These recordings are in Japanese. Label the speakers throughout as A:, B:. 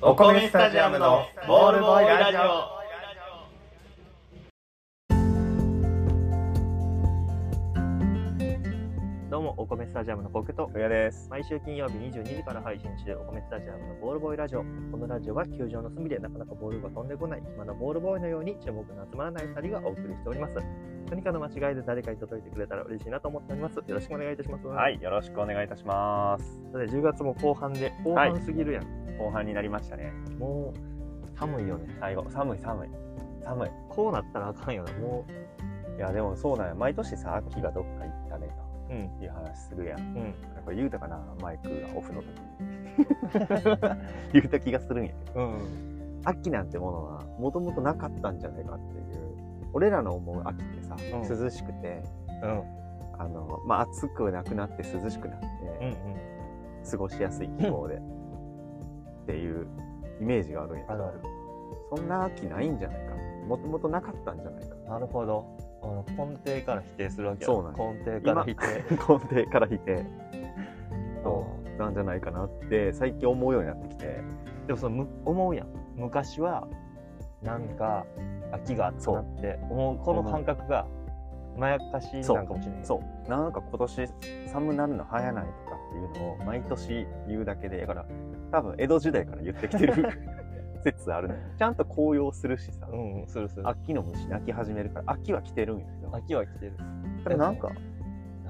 A: お米スタジアムのボールボーイラジオ
B: どうも、お米スタジアムのコクと、
A: ふやです
B: 毎週金曜日22時から配信中、お米スタジアムのボールボーイラジオ。このラジオは球場の隅でなかなかボールが飛んでこない、暇なボールボーイのように注目の集まらない2人がお送りしております。何かの間違いで誰かに届いてくれたら嬉しいなと思っております。よろしくお願いいたします。
A: はいよろしくお願いいたします
B: さて。10月も後半で、後
A: はい
B: 半すぎるやん。
A: 後半になりましたね
B: もう、寒いよね。
A: 最後寒い寒い寒い
B: こうなったらあかんよな。も
A: いやでもそうなんや毎年さ秋がどっか行ったね
B: う、うん、
A: という話するやん
B: うん、
A: これ言うたかなマイクがオフの時 に言うた気がするんやけど
B: うん、
A: 秋なんてものはもともとなかったんじゃないかっていう俺らの思う秋ってさ、
B: うん
A: 涼しくて
B: うん、
A: あの、まあ、暑くなくなって涼しくなって、
B: うん、うん。
A: 過ごしやすい気候で、っていうイメージがあるんやけどそんな秋ないんじゃないかもともとなかったんじゃないか
B: なるほど。あの根底から否定するわけや
A: そうなんや
B: 根底から否定。
A: 根底から引いてそうなんじゃないかなって最近思うようになってきて
B: でもそのむ思うやん昔はなんか秋があったなって思うこの感覚がまやかしなんかもしれない
A: そうなんか今年寒なるの早ないとかっていうのを毎年言うだけでだから多分江戸時代から言ってきて る説あるねちゃんと紅葉するしさ、
B: ん、うん、するする
A: 秋の虫鳴き始めるから秋は来てるんやけど
B: 秋は来てる
A: でもなんか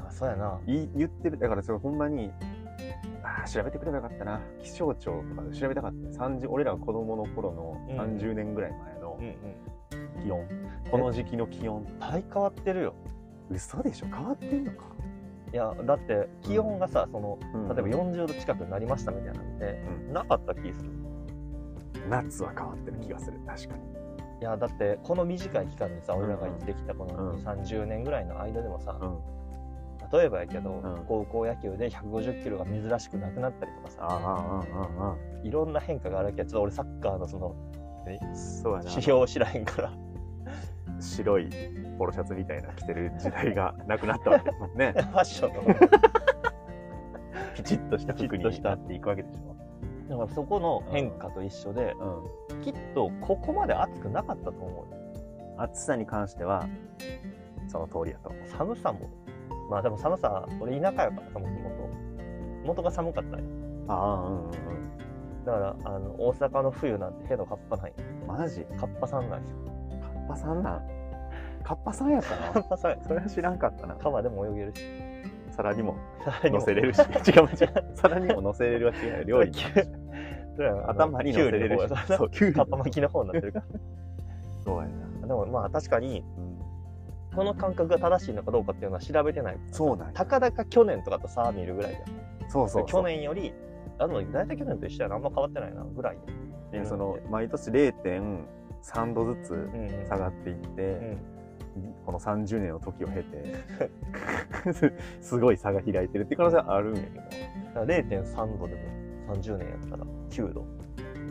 B: あそうやない
A: 言ってるだからそれほんまにあー調べてくればよかったな気象庁とかで調べたかった30俺らが子供の頃の
B: うん
A: 30年ぐらい前の
B: うんうん
A: 気温、この時期の気温
B: 体変わってるよ
A: 嘘でしょ変わってんのか、
B: いやだって気温がさその
A: うん
B: 例えば40度近くになりましたみたいなのって、
A: う
B: なかった気する
A: 夏は変わってる気がする確かに
B: いやだってこの短い期間にさ俺らが生きてきたこ
A: うん
B: の2 3 0年ぐらいの間でもさ、
A: うん
B: 例えばやけど、
A: ん
B: 高校野球で150キロが珍しくなくなったりとかさ
A: あああああ
B: いろんな変化があるわけどちょっと俺サッカーのその
A: あそうやな
B: 指標を知らへんから
A: 白いポロシャツみたいな着てる時代 がなくなったわけですもん ね
B: ファッションの
A: ピチッとした
B: ピチ
A: 服
B: ッと
A: に
B: した
A: なっていくわけでしょ、
B: だからそこの変化と一緒で
A: う、
B: きっとここまで暑くなかったと思うん
A: 暑さに関してはその通りやと思う
B: 寒さもまあでも寒さ俺田舎やからさもともと元が寒かったんよ
A: ああうんうん
B: だからあの大阪の冬なんてへのカッパない
A: うんマジ
B: カッパさんなんよ
A: カッパさんなんカッパさんやった
B: カ
A: な
B: ッパさんや
A: それは知らんかったな
B: 川でも泳げるし
A: 皿にも
B: 皿
A: 乗せれる し違う違う皿にも乗せれるは違う料理にも 頭に乗せれるし
B: そう
A: キュウリ
B: カッパ巻きの方になってるから
A: そうやな、
B: でもまあ確かにこの感覚が正しいのかどうかっていうのは調べてない
A: そうなんや
B: たかだか去年とかと差見るぐらいや
A: そうそうそう
B: 去年よりあでも大体去年と一緒やなあんま変わってないなぐらいや
A: でその毎年0.3度ずつ
B: うんうん
A: 下がっていって、
B: うん
A: この30年の時を経てす すごい差が開いてるって可能性はあるんやけ
B: だから0.3度でも30年やったら9度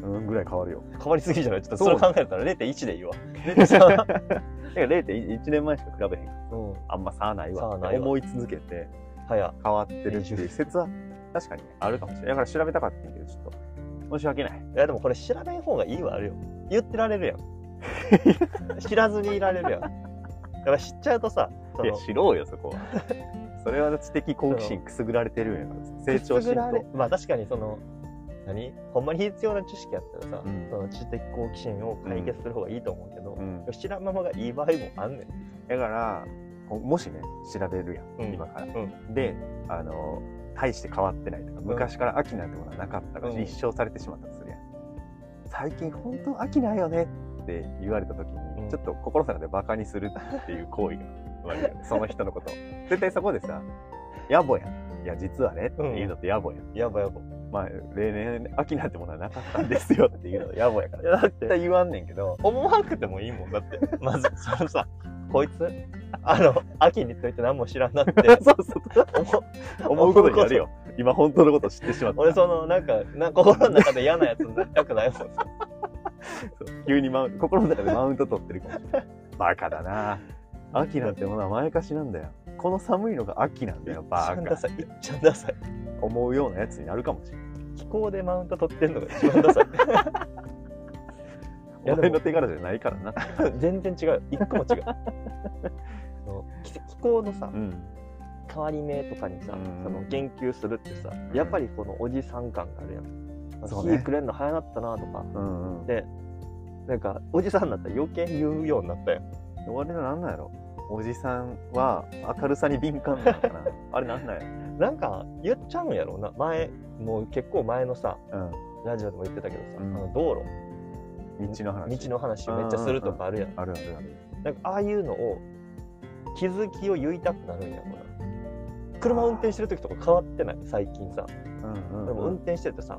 A: ど、うん、ぐらい変わるよ
B: 変わりすぎじゃないちょっと
A: そ
B: そうれ
A: な
B: 考えたら0.1でいいわ0.3
A: だから0.1年前しか比べへんから
B: うん
A: あんま差ないわ
B: 差
A: って
B: ないわ
A: 思い続けて
B: はや
A: 変わってるっていう説は確かにあるかもしれないだから調べたかったんやけどちょっと申し訳ない
B: いやでもこれ知らない方がいいはあるよ言ってら れるやん知らずにいられるやんだから知っちゃうとさそ
A: いや
B: の
A: 知ろうよそこは それは知的好奇心くすぐられてるんやから成長
B: くす
A: し
B: ぐ
A: んと
B: られまあ確かにその何ほんまに必要な知識やったらさ、
A: うん
B: その知的好奇心を解決する方がいいと思うけど、
A: うん
B: 知らんままがいい場合もあんねん
A: だからこもしね調べるやん、
B: うん
A: 今から、
B: う
A: であの大して変わってないとか昔から秋なんてものはなかったから
B: うん
A: 立証されてしまったとするやん、最近本当秋ないよねって言われた時に、
B: うん
A: ちょっと心の中でバカにするっていう行為が悪いよねその人のことを絶対そこでさ野暮やんいや実はねっていうのって野暮やん、
B: やばいやばい
A: まあ例年秋なんてものはなかったんですよっていうの野暮やか
B: いや
A: ら
B: だっ
A: 絶
B: て
A: 対言わんねんけど
B: 思わなくてもいいもんだ ってまずそのさこいつあの秋について何も知らんなって
A: そうそう思うことになるよ今本当のこと知ってしまった
B: 俺そのなんかな心の中で嫌なやつになりたくないもんさ
A: そう急にマウン心の中でマウント取ってるかもしれ ないバカだな秋なんてものは前かしなんだよこの寒いのが秋なんだよバ
B: いっちゃんダ
A: カ
B: サいいっちゃんダサい
A: 思うようなやつになるかもしれない
B: 気候でマウント取ってんのが一番ダサい
A: お
B: やでも
A: 前の手柄じゃないからな。
B: 全然違う一個も違 うその気気候のさ
A: うん。
B: 変わり目とかにさ、
A: うん
B: その言及するってさやっぱりこのおじさん感があるやん、
A: そうね
B: 日くれんの早なったなとか
A: うんうん。
B: でなんかおじさんになったら余計言うようになったよ
A: あれなんなんやろおじさんは明るさに敏感なのかなあれなんなんや
B: なんか言っちゃうんやろうな前もう結構前のさ
A: ろ、
B: ラジオでも言ってたけどさ、
A: うん
B: あの道路
A: うん、道の話
B: 道の話めっちゃするとかあるやん,、
A: あるあるある
B: なんかああいうのを気づきを言いたくなるんやろうな車運転してる時とか変わってない最近さ
A: うん
B: でも運転してるとさ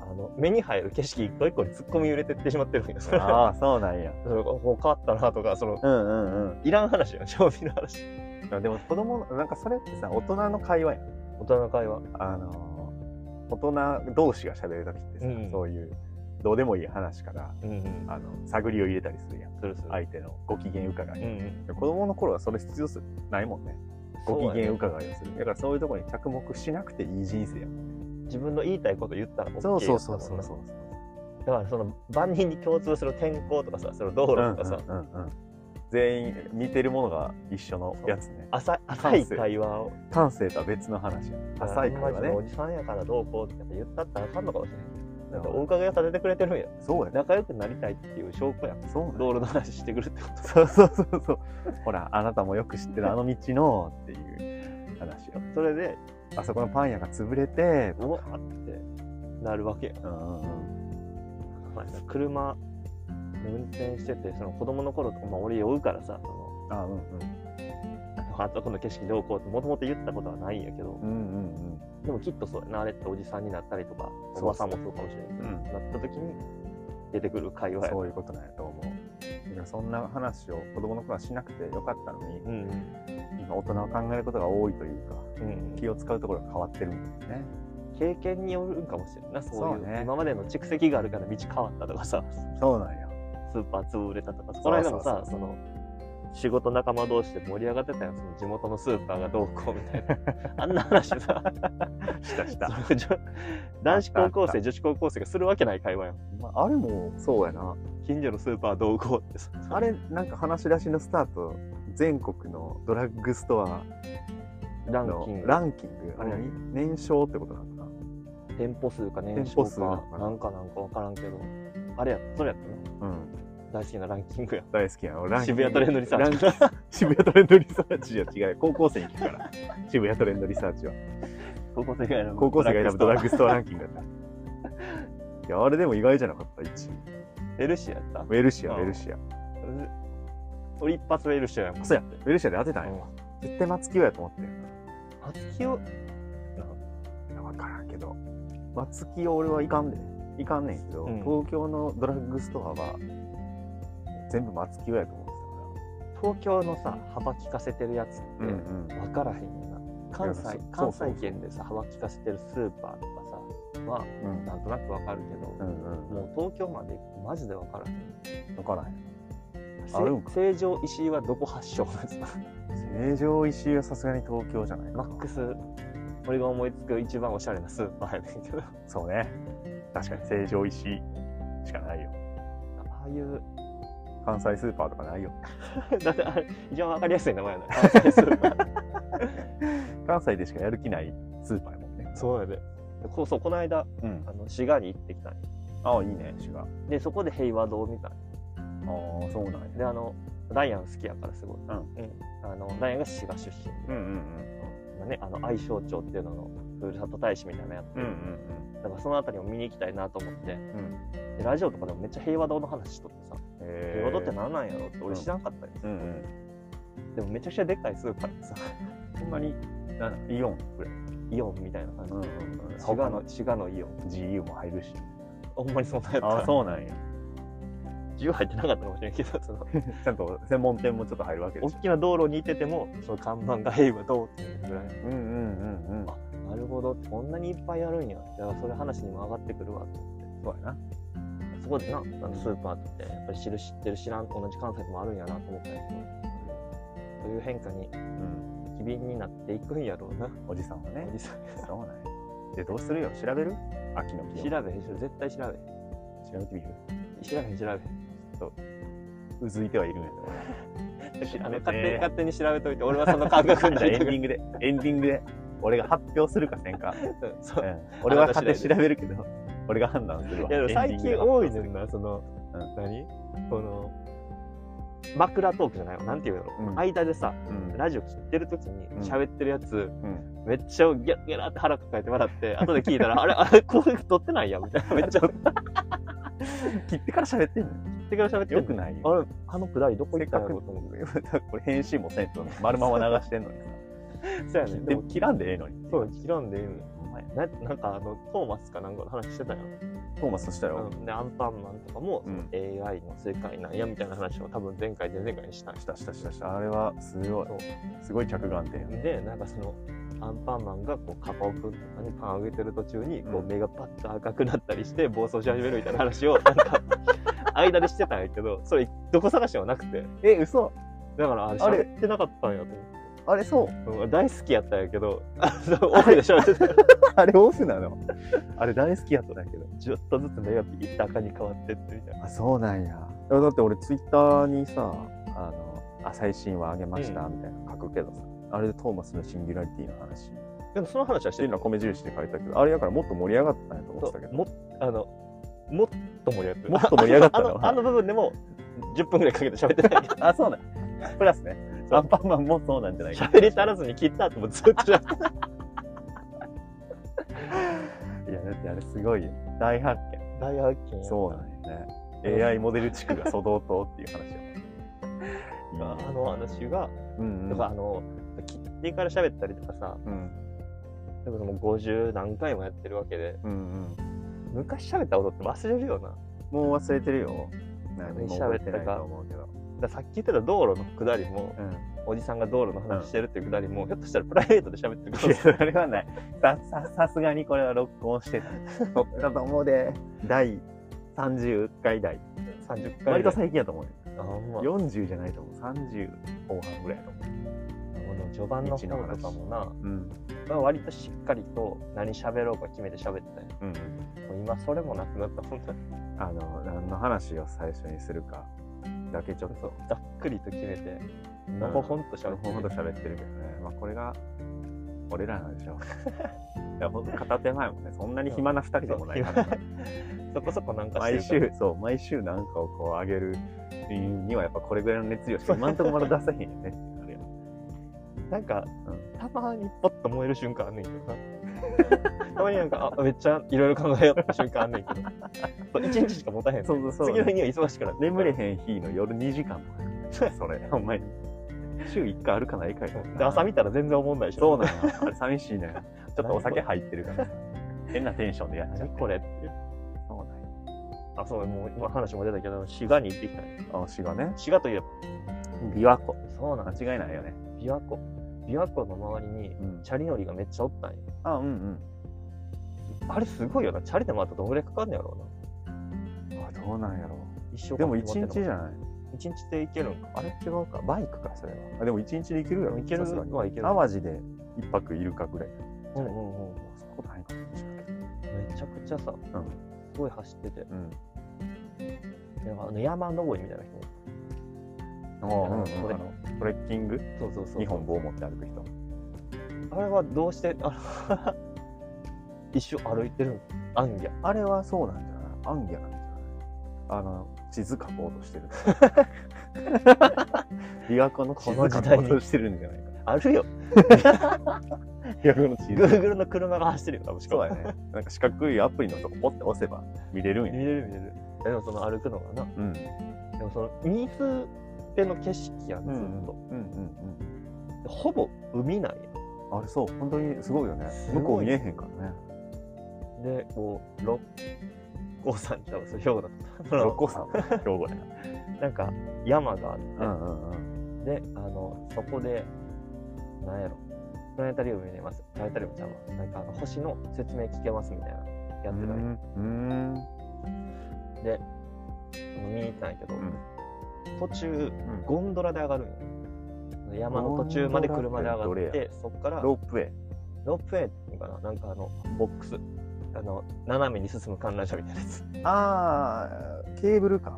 B: あの目に入る景色一個一個に突っ込み入れてってしまってるんやそれ
A: ああそうなんや
B: そのこう変わったなとかその
A: うんうんうん
B: いらん話 やん調味の話
A: でも子供のなんかそれってさ大人の会話やん
B: 大人の会話
A: あの大人同士が喋る時ってさ、
B: うん
A: そういうどうでもいい話から
B: うんうん
A: あの探りを入れたりするやん
B: するする
A: 相手のご機嫌伺
B: う
A: い、
B: んうん
A: 子供の頃はそれ必要すないもんねご機嫌伺いをするだからそういうところに着目しなくていい人生やん
B: 自分の言いたいこと言ったら OK やったもん
A: う
B: なだからその万人に共通する天候とかさその道
A: う
B: 路
A: ん
B: とかさ、
A: うんうんうん全員似てるものが一緒のやつね
B: 浅い浅い会話を
A: 感性とは別の話や浅い会話
B: あんまりそ
A: ね
B: のおじさんやからどうこうって言ったったらあかんのかもしれないだってお伺いが立ててくれてるんや
A: そうやね
B: 仲良くなりたいっていう証拠やん
A: そうなん
B: 道路の話してくるってこと
A: そうそうそうそうほらあなたもよく知ってるあの道のっていう話よ
B: それで
A: あそこのパン屋が潰れて
B: うわってなるわけや
A: うんうん
B: 車運転しててその子供の頃とか、まあ、俺酔うからさその
A: あうん
B: あとこの景色どうこうってもともと言ったことはないんやけど
A: うんうん
B: でもきっとそうやなあれっておじさんになったりとか
A: そうそう
B: おばさんもそうかもしれないけど、
A: うん
B: なった時に出てくる会
A: うん
B: 話や
A: そういうことなんやと思うだからそんな話を子供の頃はしなくてよかったのに
B: うん
A: 今大人は考えることが多いというか
B: うん
A: 気を使うところが変わってるんですね
B: 経験によるんかもしれんなそういう
A: そうね
B: 今までの蓄積があるから道変わったとかさ
A: そうなんや
B: スーパー潰れたとかこの間もさ
A: そう
B: その仕事仲間同士で盛り上がってたやつの地元のスーパーがどうこうみたいな あんな話さ
A: したした
B: そのじょ男子高校生女子高校生がするわけない会話やん
A: ま あ、あれもそうやな
B: 近所のスーパーどうこうってさ
A: あれなんか話し出しのスタート全国のドラッグストア
B: ラン
A: の
B: キング
A: ランキングあれ
B: う
A: 何年商ってことなのか
B: 店舗数か年
A: 店
B: 商
A: 舗数
B: か
A: なのかな
B: なんかなんか分からんけどあれやそれやった
A: なうん
B: な大好きなランキングや
A: 大好きやのランキン
B: 渋
A: グ
B: 谷トレンドリサーチ
A: ランキング 渋谷トレンドリサーチじゃ違う高校生に聞く から渋谷トレンドリサーチは
B: 高校生が選ぶ
A: 高校生が選ぶドラッグストアラン
B: キ
A: キングだったいやあれでも意外じゃなかった1位
B: ングエルシアやった
A: ウェルシア
B: あ
A: ウ
B: あ
A: ェルシア
B: 俺一発目エルシアやもん
A: そうやウェルシアで当てたんや、
B: うん
A: 絶対松清やと思ってん
B: 松木を
A: いや分からんけど松木を俺はいかんでいかんねんけど、
B: うん
A: 東京のドラッグストアは全部松木をやと思って
B: 東京のさ幅利かせてるやつった
A: から、
B: て
A: ん
B: 分からへんよな関西
A: いやそ
B: 関
A: そうそう
B: 西圏でさ幅利かせてるスーパーとかさまあ
A: うんうん
B: なんとなく分かるけど、
A: うんうん
B: もう東京まで行くとマジで分からへん
A: 分からへん
B: せ
A: あるんか
B: 成城石井はどこ発祥なんですか
A: 成城石井はさすがに東京じゃないか
B: マ
A: な
B: ックス俺が思いつく一番おしゃれなスーパーやねんけど あ
A: そうね確かに成城石井しかないよ
B: あいう
A: 関西スーパーとかないよ
B: だってあれ一番分かりやすい名前やな関西スーパー
A: 関西でしかやる気ないスーパーやもんね
B: そうやで こうそうこの間
A: うん
B: あの滋賀に行ってきたんよ
A: ああいいね滋賀あ
B: でそこで平和堂を見た
A: あそうなんや
B: であのダイアン好きやからすごい、
A: うん
B: あのダイアンが滋賀出身
A: う
B: で、
A: んうん
B: 今ね、あの愛称町っていうののふるさと大使みたいなのやって、
A: うんうん
B: だからその辺りを見に行きたいなと思って
A: うんうん
B: でラジオとかでもめっちゃ平和堂の話しとってさ、
A: え
B: 平和堂ってなんなんやろって俺知らんかったんです
A: うん
B: よ、
A: うん
B: でもめちゃくちゃでっかいスーパーでさ
A: ほんまになんイオンくらい
B: イオンみたいな感じ、
A: んうんうん
B: 滋賀
A: 他の
B: の滋賀のイオン
A: GU も入るし
B: ほんまにそんなやった
A: そうなんや
B: 自由入ってなかったかもしれんけど その
A: ちゃんと専門店もちょっと入るわけで
B: 大
A: しょ
B: きな道路にいててもその看板が平和堂っていうぐらい
A: うんうんうんうん
B: あなるほどってこんなにいっぱいあるんやだからそれ話にも上がってくるわと思って
A: そうやな
B: そこでなあのスーパーってやっぱり知る知ってる知らん同じ関西でもあるんやなと思ったんやけどそういう変化に
A: うん
B: 機敏になっていくんやろうな
A: おじさんはね
B: おじさん
A: そうなんやでどうするよ調べる秋の気温
B: 調べへんし絶対調べへん
A: 調べてみる
B: 調べへん調べへん
A: っとうずいてはいるんやと思う
B: 調べて
A: 勝手勝手に調べといて俺はその感覚になエンディングでエンディングで俺が発表するかせんか、
B: そううん
A: 俺は勝手に調べるけど俺が判断するわ
B: いやでも最近多いねんなそ
A: う
B: の、
A: ん
B: 何この枕トークじゃないわなんていうの、
A: うん
B: 間でさ
A: うん
B: ラジオ切ってる時に
A: ん
B: 喋ってるやつ、
A: ん
B: めっちゃギャッギャラって腹抱えて笑って後で聞い たらあれあれこれ撮ってないやみたいなめっちゃ切
A: 切ってから喋ってんの
B: ってから喋って
A: よくない
B: あれあのくだりどこ
A: せ
B: 行
A: っ
B: った
A: か
B: んや
A: く
B: ろうと思って
A: これ返信もせんと丸まま流してんのにさ
B: そうやね
A: 切っ
B: で
A: て
B: も
A: 切らんでええのに
B: そう切らんでいいのよ
A: ほんまや
B: ななんかあのトーマスかなんかの話してたよ、
A: トーマスしたよ、
B: うん、でアンパンマンとかも、
A: うん
B: AI の世界なんやみたいな話を多分前回前々回にしたんや
A: したしたしたしたあれはすごい
B: そう
A: すごい着眼点や
B: でなんかそのアンパンマンがこうカカオくんとかにパンあげてる途中にこう
A: うん
B: 目がパッと赤くなったりして暴走し始めるみたいな話をなんか間でしてたんやけどそれどこ探してもなくて
A: え嘘
B: だからあ
A: あれ
B: 喋ってなかったんやと
A: あれそう
B: 思ってうん大好きやったんやけどあのオフで喋ってた
A: あれオフなの あれ大好きやったんだけど
B: ちょっとずつ目がピッと赤に変わってってみたいな
A: あそうなんやいやだって俺ツイッターにさあのあ最新話あげましたみたいなの書くけどさ、あれでトーマスのシンギュラリティの話っ
B: でもその話はしてて
A: いう
B: る
A: のは米印で書いたけどあれやからもっと盛り上がったんやと思ってたけど
B: もあのもっと盛り上がってる
A: もっと盛り上がった
B: あ
A: の
B: のあの部分でも10分ぐらいかけて喋ってないけど
A: あそうなんプラスね
B: そう
A: アンパンマンもそうなんじゃない
B: 喋り足らずに切った後もずっと喋って
A: いやだってあれすごいよ大発見
B: 大発見
A: そうなんやね AI モデル地区がソド島っていう話やもん
B: あの話が、
A: うんう
B: と
A: ん
B: かあの切ってから喋ったりとかさ
A: うん
B: でももう50何回もやってるわけで
A: うんうん
B: 昔喋ったことって忘れるよなだか
A: もう忘れてるよ何も覚えてないと思うけど
B: らさっき言ってた道路の下りも
A: うん
B: おじさんが道路の話してるっていう下りも、ひょっとしたらプライベートで喋ってる
A: いや、それはない。さ、さ、さすがにこれは録音してた。僕だと思うで。第30回台。
B: 30回
A: 割と
B: あ
A: 最近やと思うよ。
B: あほんまも
A: 40じゃないと思う。30後半ぐらいやと思う。
B: う序盤の方とかもな、
A: うん。
B: まあ、割としっかりと何喋ろうか決めて喋ってたよ
A: うん。
B: もう今それもなくなった本当に
A: あの、何の話を最初にするかだけちょっと、
B: ざっくりと決めてのほほんと
A: ちょ
B: 喋
A: ろ
B: って
A: ほ
B: る
A: ほんと喋ってるけどね。まあ、これが、俺らなんでしょう。い や、ほんと片手前もね、そんなに暇な2人でもないから
B: そこそこなんかして
A: 毎
B: るから
A: 週、そう、毎週なんかをこう上げるにはやっぱこれぐらいの熱量しか今んとこまだ出せへんよね。あれや
B: なんか、
A: う
B: たまにポッと燃える瞬間あんねんけ どな。たまになんか、あ、めっちゃいろいろ考えようって瞬間あんねんけど。 そう一日しか持たへん。
A: そうそうそう
B: 次の日には忙しくなって。
A: 眠れへん日の夜2時 間とかそれほんまに週1回あるかないかや
B: で、朝見たら全然思んないでし
A: そ
B: ょ。
A: うなのあれ寂しい のよちょっとお酒入ってるからさ変なテンションでやっちゃう
B: 何これって。
A: そうなんや
B: あ、そう、もう今話も出たけど、滋賀に行ってきたね。
A: あ滋賀ね
B: 滋賀といえば。
A: 琵琶湖
B: そうなんです。
A: 間違いないよね
B: 琵琶湖。琵琶湖の周りに、
A: うん
B: チャリ乗りがめっちゃおったんよ。
A: あうん
B: あれすごいよな。チャリで回ったらどんぐらいかかんねやろうな。
A: うんあどうなんやろ
B: 一生
A: うでも1日じ
B: ゃん。
A: ゃない
B: 一日で行けるんか。あれ違うか。バイクか、それは。
A: あでも1日で行けるやろ
B: 行ける
A: さすがに
B: は行ける
A: 淡路で1泊いるかぐらい
B: うんうんうん。
A: そこないかもしれないけど
B: めちゃくちゃさ、
A: うん
B: すごい走ってて、
A: うん
B: なんかあの山登りみたいな人もいた
A: あ
B: うんうん
A: あのトレッキング
B: そうそうそう。
A: 2本棒持って歩く人
B: あれはどうして、あの 一緒歩いてるのあんや。
A: あれはそうなんじゃないアンギャなんじゃないあの、地図書こうと してる。琵琶湖の地図書こうとしてるんじゃないか。
B: あるよ。
A: 琵琶湖の地図。
B: Google の車が走ってるよ、多分しか
A: そ
B: も
A: うやね。なんか四角いアプリのとこポッて押せば見れるん
B: 見
A: や。
B: れる見れる。でもその歩くのがな、
A: うん。
B: でもその水辺の景色やん、ず
A: う
B: っ
A: んうん
B: と。
A: うん
B: でほぼ海なんや。
A: うん。あれそう、本当にすごいよね
B: す。ごい
A: 向こう見えへんからね。
B: で、こう、六甲山ちゃう、そう、兵庫だった。その
A: 六甲山、兵庫や。
B: なんか山があ
A: う
B: って、
A: んうんうん。
B: で、あの、そこで、なんやろ、プラネタリウム見れます。プラネタリウムちゃうわ。なんかあの、星の説明聞けますみたいな、やってたんよ
A: うん。
B: で、見に行ったんやけど、
A: うん
B: 途中、
A: うん
B: ゴンドラで上がるんよ。山の途中まで車で上
A: ゴンド
B: が
A: ラ
B: っ
A: ってどれ
B: て、そっからロ
A: ロープウェイ。
B: ープウェイっていうのかな、なんかあの、ボックス、あの、斜めに進む観覧車みたいなやつ。
A: あー、ケーブルカー。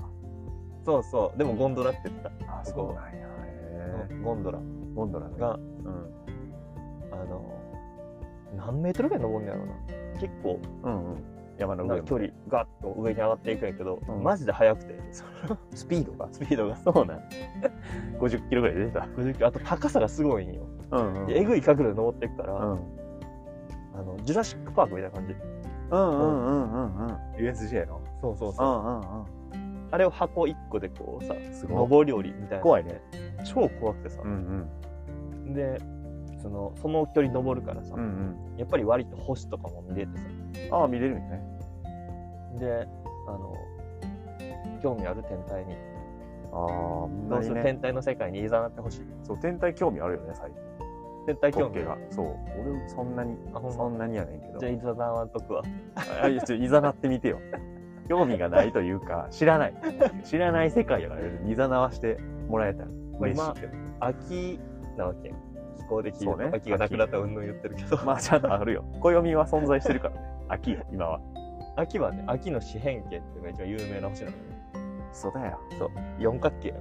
B: そうそうでもゴンドラって言って
A: あ
B: そこ
A: なんや
B: た、
A: へえ
B: ゴンドラ
A: ゴンドラが
B: があの何メートルぐらい登るんのやろうな結構
A: うんうん山の
B: な
A: 上
B: 距離ガッと上に上がっていくんやけど、
A: うん
B: マジで速くてその
A: スピードが
B: スピードが
A: そうなん50キロぐらい出てた
B: 50あと 高さがすごいんよ、
A: うん
B: でえぐい角度で登っていくか
A: う
B: ら、
A: ん
B: あのジュラシック・パークみたいな感じ
A: うんうんうんうんうん USJ の
B: そうそう
A: う
B: そう、
A: んうんうん
B: あれを箱1個でこうさ
A: すごい
B: 上り下りみたいな
A: 怖いね
B: 超怖くてさ、
A: ん
B: でそのその距離登るからさ、
A: うんうん
B: やっぱり割と星とかも見れてさ
A: うんああ見れるんやね
B: であの興味ある天体に
A: ああ
B: どうする天体の世界にいざなってほしい
A: そう天体興味あるよね最近
B: 天体興
A: 興
B: 味
A: 味
B: あ
A: が
B: る
A: そう俺そんなに
B: あほんま
A: そんなにやねんけど
B: じゃあいざなわんとくわ
A: あいやちょいざなってみて よ興味がないというか知らない知らない世界やからいざなわしてもらえたら嬉しいけど
B: 秋なわけ気候で聞いて
A: そうね
B: 秋がなくなったらうんぬん言ってるけど、
A: まあちゃんとあ るよ暦は存在してるからね秋よ今は
B: 秋はね秋の四辺形っていうのが一番有名な星なのよ
A: そうだよ
B: そう四角形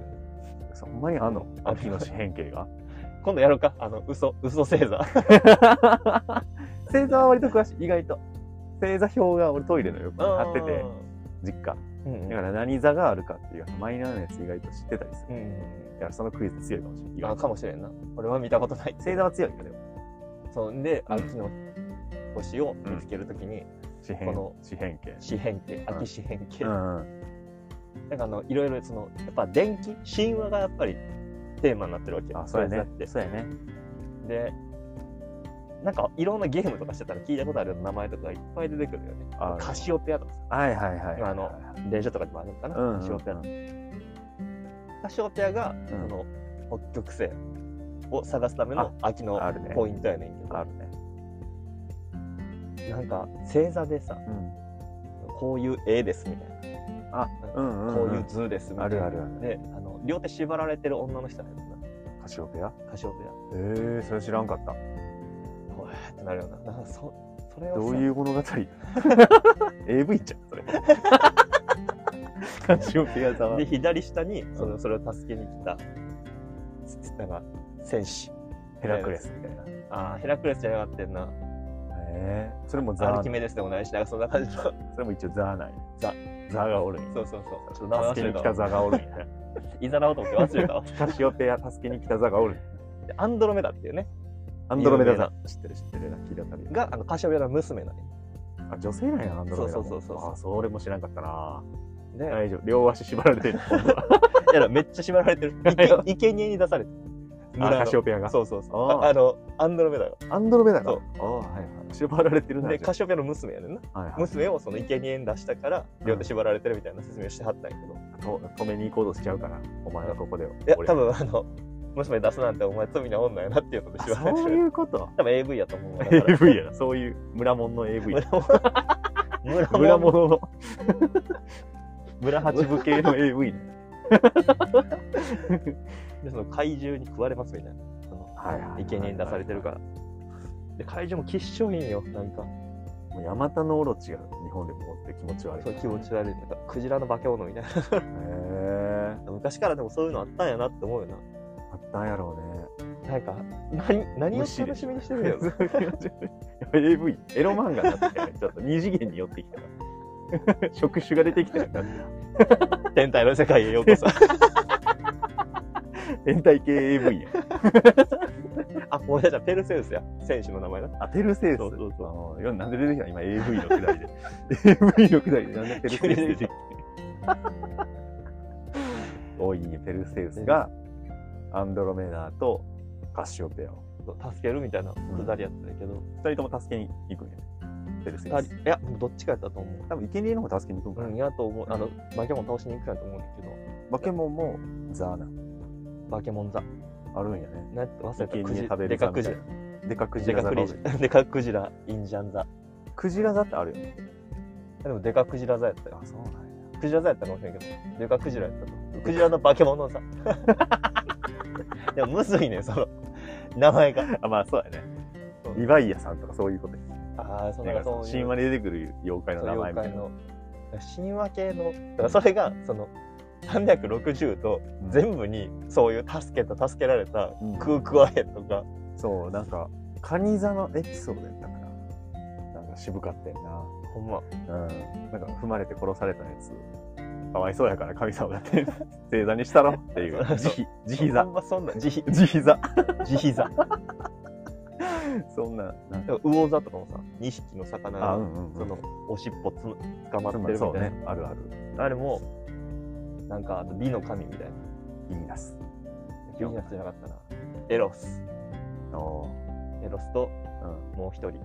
A: そほんまにあんの
B: あ
A: 秋の四辺形が
B: 今度やろうかあの嘘嘘星座
A: 星座は割と詳しい意外と星座表が俺トイレの横に貼ってて実家
B: うんうん
A: だから何座があるかっていうマイナーなやつ意外と知ってたりする
B: うんうん
A: だからそのクイズ強いかもしれない意
B: あ
A: 外と
B: かもしれんな俺は見たことない
A: 星座は強いよでも
B: そうで
A: うん
B: 秋の星を見つけるときに
A: 四
B: こ
A: 辺
B: の
A: 四辺形
B: 四辺形
A: うん
B: 秋四辺形、
A: うんうん
B: なんかあのいろいろそのやっぱ電気神話がやっぱりテーマになってるわけ
A: あそうやね
B: 星座って
A: そうやね
B: でなんかいろんなゲームとかしてたら聞いたことあるような名前とかいっぱい出てくるよね
A: あ
B: カシオペアとか
A: はいはいはいはい
B: あの電車とかでもあるのかな、
A: うんうん
B: カシオペアカシオペアが、
A: ん
B: その北極星を探すための秋の
A: あるね
B: ポイントやねんけど、
A: あるね
B: なんか星座でさ
A: うん
B: こういう絵ですみたいな
A: うん
B: こういう図ですみたい
A: ある
B: な、
A: あるある
B: であの両手縛られてる女の人なんやつな
A: カシオペア
B: カシオペア
A: えー、それ知らんかった
B: ほえーってなるよななんかそそれをさ
A: どういう 物語 AV じゃん それカシオペア座は
B: で左下にそのそれを助けに来たつなんか戦士
A: ヘラクレスみたいな
B: あーヘラクレスじゃなかったよな
A: えー、それもザ
B: アル
A: ー
B: キメデスでもないしなんかそんな感じのそう
A: それも一応ザーない
B: ザ
A: ザーがおるんや
B: そうそうちょっと名
A: 助
B: 前忘
A: け
B: れ
A: に
B: た
A: 来
B: わ
A: たザーがおるんや
B: イザナオと思って忘れたわ
A: カシオペア 助けに来たザーがおるんや
B: でアンドロメダっていうね
A: アンドロメダザー知ってる知ってる聞いたことあるよ
B: があのカシオペアの娘なんよ
A: あ女性なんやアンドロメダも
B: そうそうそうそう
A: あそれも知らんかったな
B: で、
A: 大丈夫両足縛られて る今度は
B: いやめっちゃ縛られ てるいけ生贄に出されてる
A: あ
B: 村
A: カシ
B: の
A: オペアが
B: そうそうそう
A: あー
B: ああのアンドロメダが
A: アンドロメダ
B: そう
A: ああ、はいはい。縛られてるな。
B: で
A: じゃ
B: カシオペアの娘やねんな
A: あはいはい、
B: 娘をその生贄に出したから両手縛られてるみたいな説明をしてはったんやけ
A: と
B: ど
A: 止めに行こうとしちゃうから、お前はここで。
B: いや、
A: 俺
B: 多。分あの、娘出すなんてお前罪な女やなっていうので
A: あ
B: しばらく
A: そういうこと。
B: 多分 AV やと 思うわ。だから
A: AV やな。そういう村門の AV や。
B: 村も
A: 村門の。村八部系の AV ね。
B: でその怪獣に食われますみたいな。その
A: はいは
B: 生贄に出されてるから。で、怪獣もきっしょいんよ。なんか、
A: ら。もうヤマタノオロチが日本でもおって気持ち悪い。
B: そう気持ち悪い。なんか、クジラの化け物みたいな。
A: へえ。
B: 昔からでもそういうのあったんやなって思うよ
A: あったんやろうね。
B: な。なんか、何、何を楽しみにしてるんやろ。
A: AV エロ漫画になってきたねちょっと二次元に寄ってきたから触手が出てきた よ
B: 天体の世界へようこそ。
A: 変態系 AV や
B: あ、もうじゃペルセウスや。選手の名前な。
A: あペルセウス
B: そうそうそ
A: あーいやなんで出てきたの今 AV のくだ りで AV のくだりでなんでペルセウス出てきた多いペルセウスがアンドロメダとカシオペアを
B: そう助けるみたいなくだりやったんやけど。
A: 二人とも助けに行くんやねペルセ
B: 二
A: ウス
B: 人いや、どっちかやったと思う。
A: 多分生贄の方助けに行くん
B: う
A: か
B: ん、
A: な
B: やと思う。あの、化け物倒しに行くかと思うんだけど、
A: バケモンもザーな
B: 化け物座。
A: あるんやね
B: な忘れた。
A: 生
B: ク
A: 贄
B: ジ
A: 食べる
B: でかクジラ。
A: でかクジ
B: で
A: ラ
B: か
A: 座
B: ク
A: がお
B: リ
A: る
B: でかクジラ、インジャン座。
A: クジラ座ってあるよね
B: でも、でかクジラ座やったよ。
A: そうなん
B: クジラ座やったかもしれんけど、でかクジラやったと思う。クジラの化け物座。 でも、むずいねん、その、名前が。
A: やあまあそうやね
B: そう
A: リヴァイアさんとかそういうことや
B: ああ、そん
A: な
B: なんこ
A: かそ
B: と
A: の神話に出てくる妖怪の名前みたいな
B: の。神話系の、だからそれが、その、 360と全部にそういう助けた助けられた
A: うん
B: 食う食わへんとか
A: そうなんかカニ座のエピソードやったからなんか渋かったよな
B: ほんま
A: うん、なんか踏まれて殺されたやつかわいそうやから神様だって 正座にしたろっていう
B: そう
A: 慈悲慈悲座
B: ほんまそんなん
A: 慈悲慈悲座慈悲 座そんななんか
B: だから魚座とかもさ2匹の魚
A: あう
B: が
A: んうん、うん、
B: そのおしっぽつ捕まってるみたいな
A: そうねあるある
B: あれもなんかあと美の神みたいな
A: イーナス
B: ビーナスじゃなかったなエロス
A: おー
B: エロスと
A: うん
B: もう一人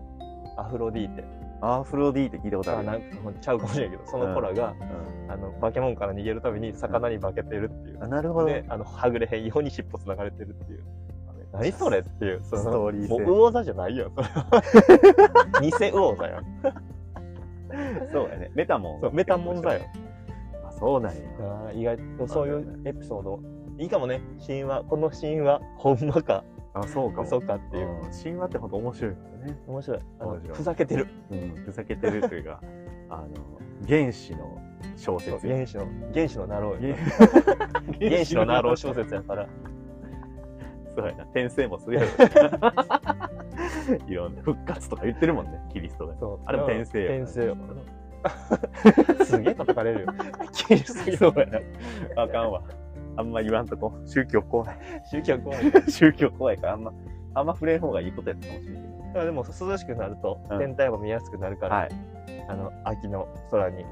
B: アフロディーテ
A: アフロディーって聞いたことあ
B: あ
A: る
B: なんかもうちゃうかもしれんけどその子らが、あの化け物から逃げるために魚に化けてるっていう
A: うん、あなるほど、
B: であのはぐれへんように尻尾つながれてるっていう何それっていうそ
A: ストーリー
B: も
A: 性
B: う魚座じゃないよ それは偽魚座やん
A: そうやねメタモン
B: そうメタモン座よ
A: あそうなんや
B: あー意外とそういうエピソードいいかもね神話この神話ほんまか
A: あそうかも
B: 嘘かっていう
A: うん神話ってほんと面白いからね
B: 面白いあの
A: 面白い
B: ふざけてる
A: うん、ふざけてるというか あの原始の小
B: そう
A: 説
B: 原始の原始のナローよ
A: 原
B: 原始
A: 始
B: の
A: の
B: ナ
A: ナロ
B: ロー
A: ー
B: 小
A: 小
B: 説やから
A: そうやな転生もす るやろいろんな復活とか言ってるもんねキリストが
B: そう
A: あれも転生よ
B: 転生よ すげえ叩かれるよキリスト教
A: そうやなあかんわあんま言わんとこ宗教怖い
B: 宗教怖い
A: 宗教怖いからあんまあんま触れん方がいいことやったかもしれない
B: まあでも涼しくなると
A: うん
B: 天体も見やすくなる
A: けど
B: から、
A: はい
B: あの秋の空に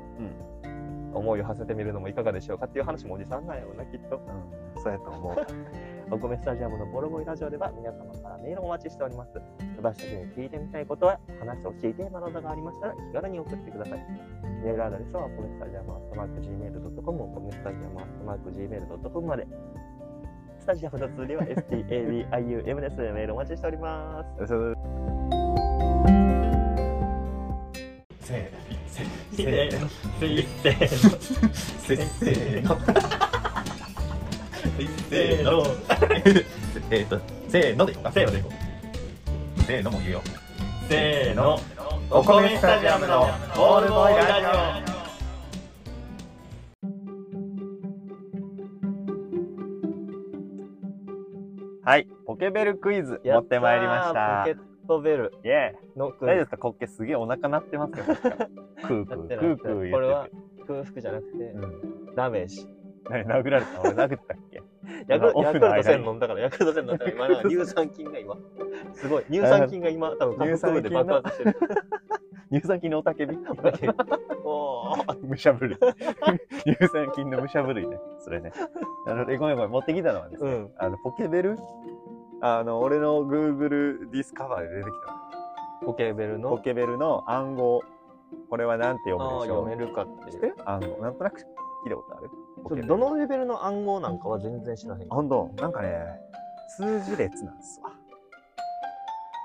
B: 思いを馳せてみるのもいかがでしょうかっていう話もおじさんなんやろうなきっと
A: うん、そうやと思う
B: お米スタジアムのボロボイラジオでは皆様からメールをお待ちしております。私たちに聞いてみたいことは話してほしいテーマなどがありましたら気軽に送ってください。メールアドレスはお米スタジアムアットマーク Gmail.com お米スタジアムアットマーク Gmail.com まで。スタジアムの通りは STABIUM です。メールお待ちしております。
A: せせ
B: せーの、せ
A: せーの
B: ーの、
A: えーとせーのでいこうかせーのでいこうせーのも言うよ
B: せーの、
A: お米スタジアムのオールボーイラ
B: ジオ。
A: はいポケベルクイズ持ってまいりました
B: やったーポケットベル
A: イエ
B: の
A: ー
B: ク
A: 大丈夫
B: イ
A: ですかコッケすげえお腹鳴ってますよこっちからクークー
B: ズ。
A: クークー
B: これ
A: 言
B: は
A: って
B: 空腹じゃなくて
A: て、うん
B: ダメージ。
A: 何殴られた俺殴ったっけ
B: ヤクル
A: オ
B: ヤク
A: フ
B: ル
A: の間に
B: ト1000飲んだから、ヤクルト1000飲んだから、今な、乳酸菌が今、すごい。乳酸菌が今、多分、
A: 乳
B: 各
A: 酸
B: 国
A: 菌
B: で爆発してる。
A: 乳酸菌のおたけ び
B: おー
A: むしゃぶる 乳酸菌のむしゃぶるいねそれねなのでごめんごめん持ってきたのはです
B: う
A: ね、
B: ん。
A: あのポケベルあの俺の Google ディスカバーで出てきた
B: ポケベル
A: ポ
B: の、
A: ケベルの暗号これはなんて
B: あ
A: 読む
B: ー
A: でしょ
B: 読
A: う
B: めるかってい
A: 知って
B: う。
A: るあのなんとなく聞いたことあるポケベ
B: それ
A: ル
B: どのレベルの暗号なんかは全然知らへん。
A: ほんとなんかね数字列なんですわ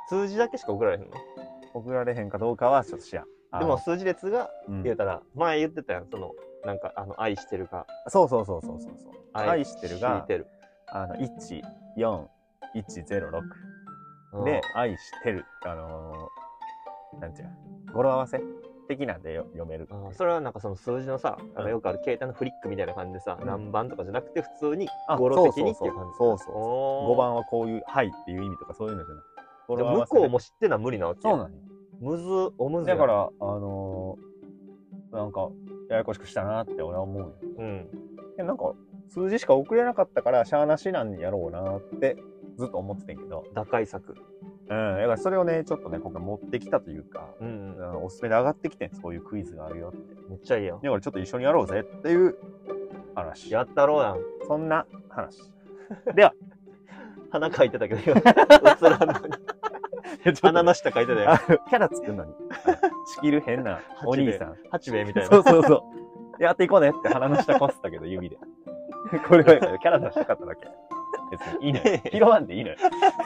B: 数字だけしか送られへんの。
A: 送られへんかどうかはちょっと知らんあ
B: で
A: の
B: も、数字列が
A: うん
B: 言うたら、前言ってたやん、その、なんか、あの、愛してるか、
A: そうそうそうそうそうそう愛してるが
B: 愛してる。
A: あの14106
B: うん
A: で、愛してる、あのーなんていうの語呂合わせ的なんでよ読める
B: あ。ーそれはなんかその数字のさ、なんかよくある携帯のフリックみたいな感じでさ、
A: うん
B: 何番とかじゃなくて、普通に
A: あ
B: 語呂的にって
A: そう
B: い
A: そう
B: う感じ。
A: そうそうそう
B: おー
A: 5。番はこういう、はいっていう意味とかそういうのじゃない。語
B: で
A: 呂合
B: 向
A: わせ
B: こ
A: で
B: うも知ってんのは無理なわけ
A: そうなのよ
B: むずおむずや
A: だから、あのーなんか、ややこしくしたなって俺は思うよ。
B: うん
A: でなんか、数字しか送れなかったから、しゃあなしなんやろうなって、ずっと思ってたんやけど。
B: 打開策
A: うん。だからそれをね、ちょっとね、今回持ってきたというか、
B: うん、
A: あのおすすめで上がってきてん、そういうクイズがあるよって。
B: めっちゃいいよ
A: だからちょっと一緒にやろうぜっていう話。
B: やったろうやん
A: そんな 話。
B: 鼻かいてたけど 今うつらんのに鼻の下かいてたよ
A: あ キャラ作るの に、仕切る変なお兄さん。
B: 八兵衛みたい
A: そ
B: な
A: うそうそう。やっていこうねって鼻の下こすったけど、 指で。これはキャラ出したかっただけ。別にいいのよ。拾わんでいいのよ。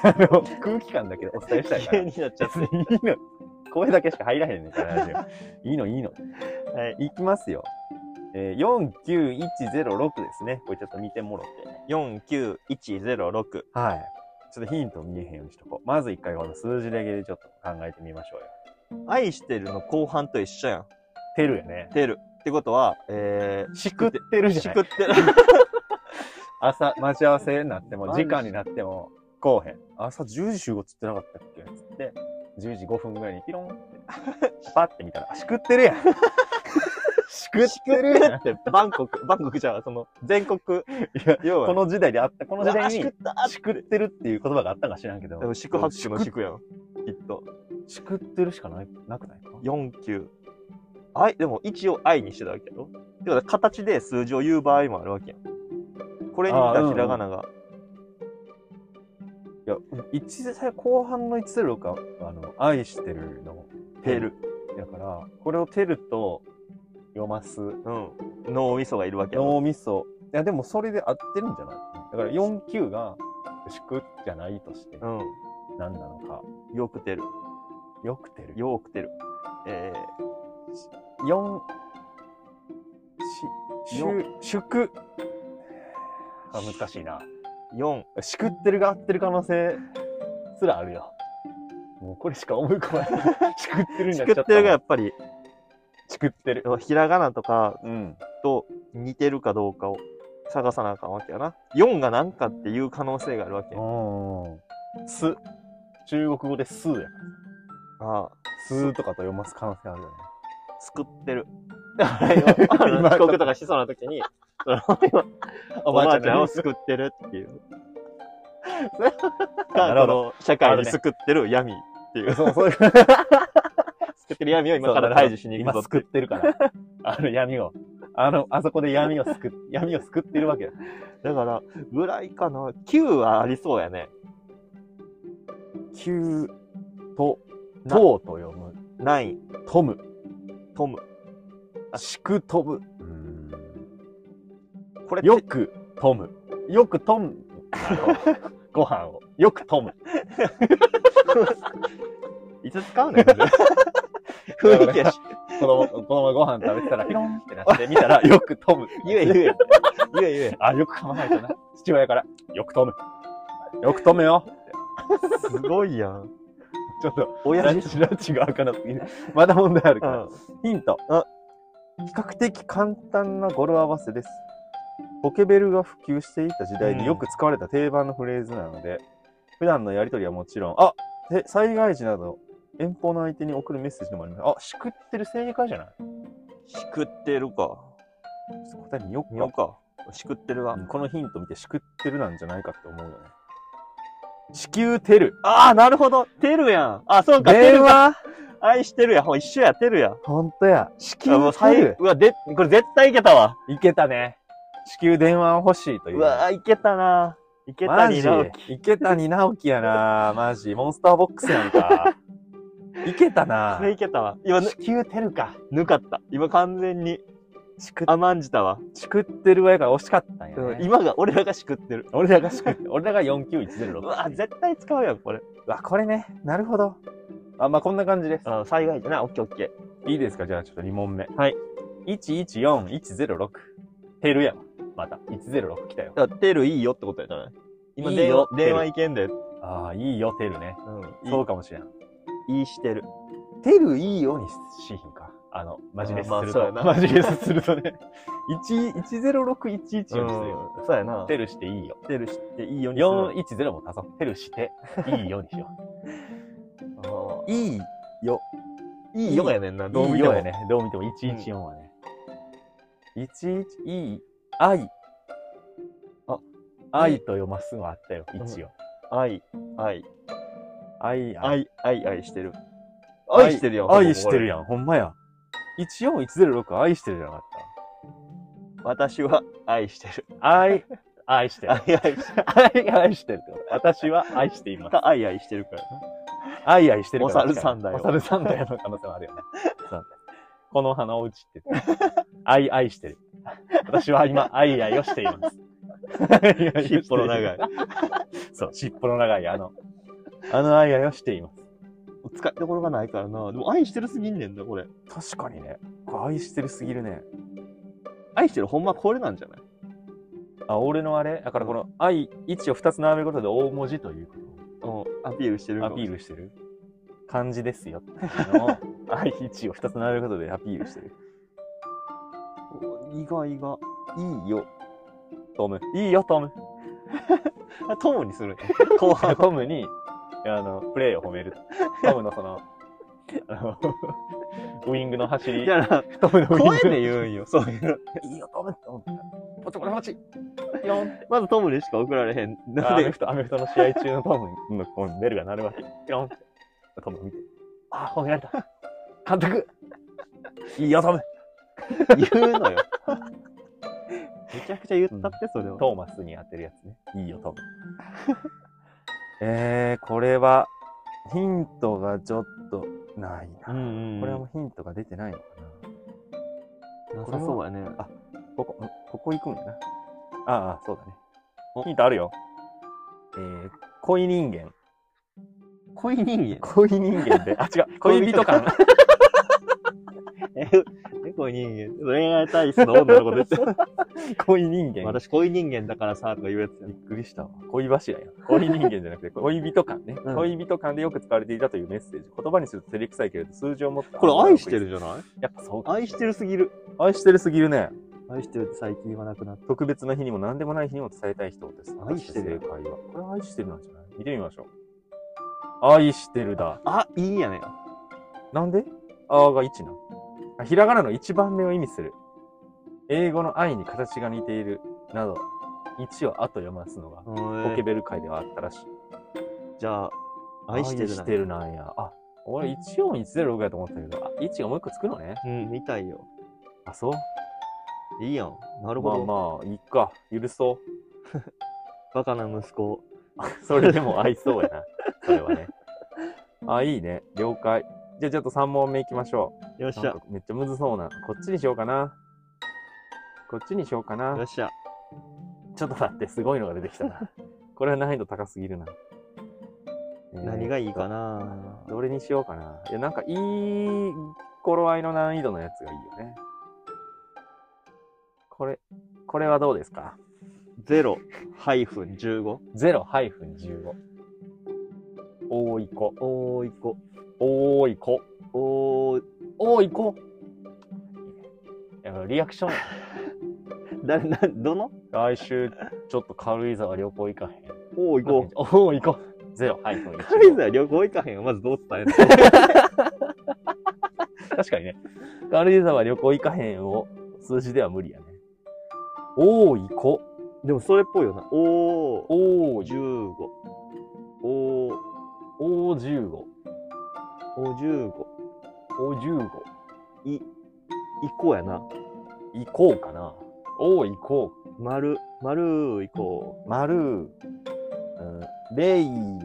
A: あの空気感だけでお伝えしたいから
B: 芸。になっちゃっ
A: 別にいいのよ。声だけしか入らへんねんから、ラジオいいの、いいの。
B: たはい
A: いきますよ。えー、49106ですね。これちょっと見てもろて。
B: 49106
A: はい。ちょっとヒント見えへんようにしとこう。まず一回この数字だけでちょっと考えてみましょうよ。
B: 愛してるの後半と一緒やん
A: テルやね。
B: テル
A: ってことは、えー、
B: しくってるじゃない
A: しくってる。朝、待ち合わせになっても、時間になっても、こうへん。朝10時集合っつってなかったっけつって、10時5分ぐらいにピロンって、 パッて見たら、あしくってるやん。 しくってるやん。い
B: だってバンコク、バン コクじゃん、その、全国、こ
A: や、
B: 要は
A: この時代であった、この時
B: の時
A: 代
B: 代
A: に、
B: に、
A: し
B: た
A: くってるっていう言葉があったか知らんけど、
B: 宿泊の宿やん。
A: きっと。しくってるしかない、なくないか
B: 4級。愛、でも一応愛にしてたわけやろだから形で数字を言う場合もあるわけやん。これに似
A: あーうん
B: た
A: うん
B: ひらがなが、
A: いや、一世後半の一世六は、あの、愛してるの、
B: てる。
A: だから、これをテルと読ます
B: うん。脳みそがいるわけやろ。
A: 脳みそ。いや、でもそれで合ってるんじゃないだから4級が宿じゃないとして、
B: う
A: 何なのか。
B: ん。よくてる。
A: よくてる。
B: よくてる。え
A: 4、し、し
B: よ
A: ゅ、宿。あ、難しいな。
B: ー、4。
A: 宿ってるが合ってる可能性すらあるよ。もうこれしか思い浮かば ない。宿ってるんじゃ
B: 作ってるがや
A: が
B: っぱり、
A: 宿ってる。
B: ひらがなとか
A: うん。
B: と似てるかどうかを探さなあかんわけやな。4が何かっていう可能性があるわけや。
A: す。中国語で「す」やから。
B: ああ、
A: 「す」とかと読ます可能性あるよね。
B: 作ってる。あの遅刻とかしそうな時に、その今おばあちゃんを救ってるっていう。
A: なるほど
B: この社会に救ってる闇っていう。
A: そう、そういう。
B: 救ってる闇を今から退治しに行くぞ
A: 今救
B: っ
A: ってるから。 あの闇を。あの、あそこで闇を 救っ、闇を救ってるわけだ。
B: て。だから、ぐらいかな。9はありそうやね。
A: 急と、
B: な
A: とうと読む。
B: 9、
A: とむ。
B: トム。
A: しくとぶ。
B: これ、
A: よくとむ。よくとむ。 ご飯を。よくとむ。
B: いつ使う ねん。雰囲気やし。
A: 子供、子供がご飯食べてたら、ピロンってなって見た ら、よくとむ。
B: 言え言え。言え言え。
A: あ、よく噛まないとな。父親から、よくとむ。よくとむよ。
B: すごいやん。
A: ちょっと、
B: 親
A: ラ
B: 父。
A: チラチが開かなすぎる。まだ問題ある
B: う
A: から。
B: ん。
A: ヒント。
B: あ
A: 比較的簡単な語呂合わせです。ポケベルが普及していた時代
B: うん
A: によく使われた定番のフレーズなので、普段のやりとりはもちろん、あて災害時など、遠方の相手に送るメッセージでもあります。あ、しくってる正解じゃない
B: しくってるか。
A: 答え見よっ
B: 見よう
A: か。
B: か。しくってるが。
A: このヒント見て、しくってるなんじゃないかって思うよね。地球てる。
B: ああ、なるほど。てるやん。あ、そうか。て
A: 電
B: る
A: 話
B: 愛してるやん。ほん一緒や、てるやん。
A: ほんとや。地球
B: あもう
A: て
B: 最
A: る
B: 後。うわ、で、これ絶対いけたわ。
A: いけたね。地球電話欲しいというう。
B: わ、いけたな。いけたにな。
A: マジ池谷直樹やなマジ。モンスターボックスなん か。いけたな
B: これいけたわ。今、ぬ
A: 地球てるか。
B: ぬかった。今完全に
A: しく、
B: 甘んじたわ。
A: しくってるわやから惜しかったんや、
B: うん
A: ね。
B: 今が、俺らがしくってる。
A: 俺らがしくって、 俺らが49106。
B: うわ、絶対使うやん、これ。
A: うわこれね。なるほど。あ、まあ、こんな感じです。
B: うん、災害じゃな。オッケーオッケ
A: いいですかじゃあちょっと2問目。
B: はい。
A: 114106。減るやわ。また。106来たよ
B: ー。。だから、てるいいよってことやじゃない今、
A: いい
B: 電
A: よ
B: 話、電話いけんで。
A: ああ、いいよ、てるね。
B: うん
A: そうかもしれん。
B: いいしてる。
A: てるいいよにしひんか。あの、マジレスすると。
B: あまあ
A: マジレスするとね。1、10611にするよ。
B: うんそうやな。
A: テルしていいよ。
B: てるしていいよにする
A: 410も足そう。テルしていいよにしよ
B: あ
A: う。いいよ。
B: ーいいよやねんな。どう
A: いい
B: 見ても
A: よやね。どう見ても114はね。11、いい、愛。あ、愛と読ますのあったよ。一応。
B: 愛、愛、
A: 愛、愛。
B: 愛、愛、愛してる。愛してるやん。
A: 愛してる
B: や
A: やん。ほんまや。14106愛してるじゃなかっ
B: ん。私は愛してる。
A: た。愛、愛してる
B: 愛。、愛してる。
A: 愛、 愛してるってこと。私は愛しています。
B: か愛、愛してるからな。
A: 愛、愛してるから。
B: お猿さんだよ
A: お猿さんだよの可能性もあるよね。そうこの花おうちって言って。愛、愛してる。私は今、愛、愛をしています。
B: 尻尾の長い。
A: そう、尻尾の長い、あの、あの愛、愛をしています。
B: 使いどころがないからな。でも愛してるすぎんねんだ、これ。
A: 確かにね。これ愛してるすぎるね。
B: 愛してるほんまこれなんじゃない
A: あ、俺のあれだからこの愛、1を2つ並べることで大文字ということ。
B: うん。アピールしてる
A: アピールしてる 感じですよっていうのを愛一を二つ並べることでアピールしてる意外が、いいよ、トム。いいよ、トム。あトムにする。後半、トムに、あの、プレーを褒める。トムのその、あの、ウイングの走り。
B: じゃあ、
A: トムのウイング。
B: 声で言うんよ、 そういうの。
A: いいよ、トムって思った。ポチポチポチ。ピヨン って。
B: まずトムにしか送られへん。
A: ア
B: なん
A: メ
B: で
A: フ、ト、アメフトの試合中のトムのこうベルが鳴るわけ。ピロンって。トム見て。ああ、褒められた。監督。 いいよ、トム。
B: 言う のよ。めちゃくちゃ言ったって、それを。
A: トーマスに当てるやつね。いいよ、トム。えー、これは、ヒントがちょっとないな。
B: ん
A: これはもうヒントが出てないのかな。
B: なさそうやね。
A: あここ、ここ行くんやな。ああ、そうだね
B: お。
A: ヒントあるよ。えー、恋人間。
B: 恋人間。
A: 恋人間で、あ、違う、
B: 恋
A: 恋
B: 人
A: 人
B: 感
A: 感。
B: え、恋人間。恋愛体質の女の子です。
A: 恋人間。
B: 私恋人間だからさ、とか言うやつや
A: びっくりしたわ。恋柱や。恋人間じゃなくて、恋人間ね。
B: うん
A: 恋人間でよく使われていたというメッセージ。言葉にすると照れくさいけれど、数字を持った。
B: これ愛してる。じゃない
A: やっぱそうか。
B: 愛してるすぎる。
A: 愛してるすぎるね。
B: 愛してるって最近言わなくなった。
A: 特別な日にも何でもない日にも伝えたい人です。
B: 愛してる
A: 正解は。これは愛してるなんじゃない見てみましょう。愛してるだ。
B: あ、いいんやね。
A: なんであーが1なあひらがなの1番目を意味する。英語の愛に形が似ている。など、1をあと読ますのが、ポケベル界ではあったらしい。
B: じゃあ、愛してる
A: 愛
B: な。
A: してるなんや。あ、俺14106やと思ったけど、あ1がもう一個つくのね。
B: うん、みたいよ。
A: あ、そう
B: いいやん。なる
A: ま
B: ほ
A: あ
B: ど。
A: まあ、いいか。許そう。
B: バカな息子。
A: それでも合いそうやな。それはね。あ、いいね。了解。じゃあちょっと3問目いきましょ
B: よっ
A: う。
B: しゃ
A: なん。かめっちゃむずそうな。こっちにしようかな。こっちにしようかな
B: よっ。しゃ。
A: ちょっと待って、すごいのが出てきた な。これは難易度高すぎるな。えー
B: 何がいいかな
A: どれにしようかな。いや、なんかいい頃合いの難易度のやつがいいよね。これ、これはどうですか
B: 0ハイフン15。
A: ?0-15。多い子。
B: おーいこ。
A: 多い子。
B: おー、
A: 多い子。いやリアクションや。
B: 誰、な、どの
A: 来週、ちょっと軽井沢旅行行かへん。
B: おーいこ。
A: 多い子。0-15。
B: 軽井沢旅行行かへんよ。まずどう伝えんの
A: 確かにね。軽井沢旅行行かへんを数字では無理やね。多い子。
B: でもそれっぽいよな。おー、
A: 多い。
B: 15。おー、
A: お十五。
B: お15。
A: お十五。
B: いこやな。
A: 行こうかな。お行こ
B: 丸、丸いこ
A: う。まる。うん。れい。
B: う。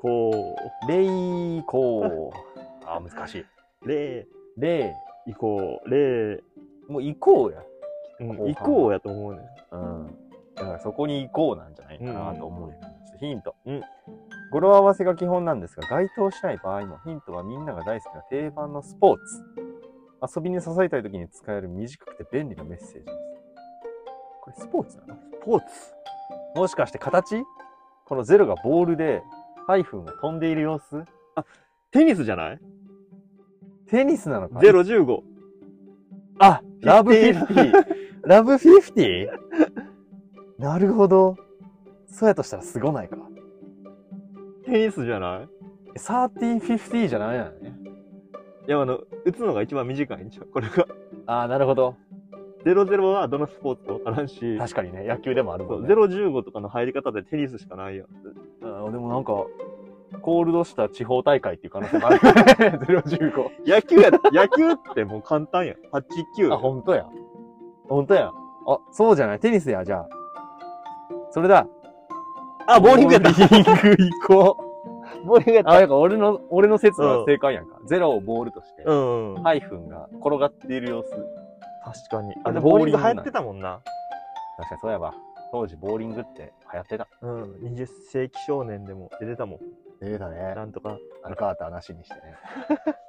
B: こ
A: れいこう。あー、難しい。
B: う。れ
A: れ
B: いこう。れ
A: い。もう行こうや。
B: うん、いこうやと思うねん。
A: うん。だからそこに行こうなんじゃないかなと思うね。ちょっとヒント。
B: うん。
A: 語呂合わせが基本なんですが、該当しない場合もヒントはみんなが大好きな定番のスポーツ。遊びに支えたい時に使える短くて便利なメッセージです。これスポーツなの
B: スポーツ。
A: もしかして形このゼロがボールで、ハイフンが飛んでいる様子
B: テニスじゃない
A: テニスなのか
B: ?015。
A: あラブフィ
B: 50
A: フティラブフィフティ なるほど。そうやとしたらすごないか。
B: テニスじゃない
A: え3050じゃないのね。
B: いや、あの、打つのが一番短いんちゃうこれが。
A: ああ、なるほど。
B: 00はどのスポーツかわからんし、
A: 確かにね、野球でもあるもんね。
B: 015とかの入り方でテニスしかないやん。
A: うんでもなんか、コールドした地方大会っていう可能性もあるよね。015。
B: 野球 や、野球ってもう簡単やん。8、9。
A: あ、ほんとや。ほんとや。あ、そうじゃない。テニスや、じゃあ。それだ。
B: あ
A: ボーリング行 こ
B: ボーリングやっ
A: う。あ、なんか俺の、俺の説は正解やんか。ゼロをボールとして、
B: うん。確
A: ハイフンが転がっている様子。
B: かに。あ
A: あ
B: れ、
A: れ
B: ボ
A: ボ
B: ー
A: ーリ
B: リン
A: ン
B: グ
A: グな
B: 流行ってたもんな。
A: 確かにそういえば、当時ボーリングって流行ってた。
B: うん。20世紀少年でも出てたもん。
A: ええだね
B: なんとか、
A: あのガーターなしにして ね。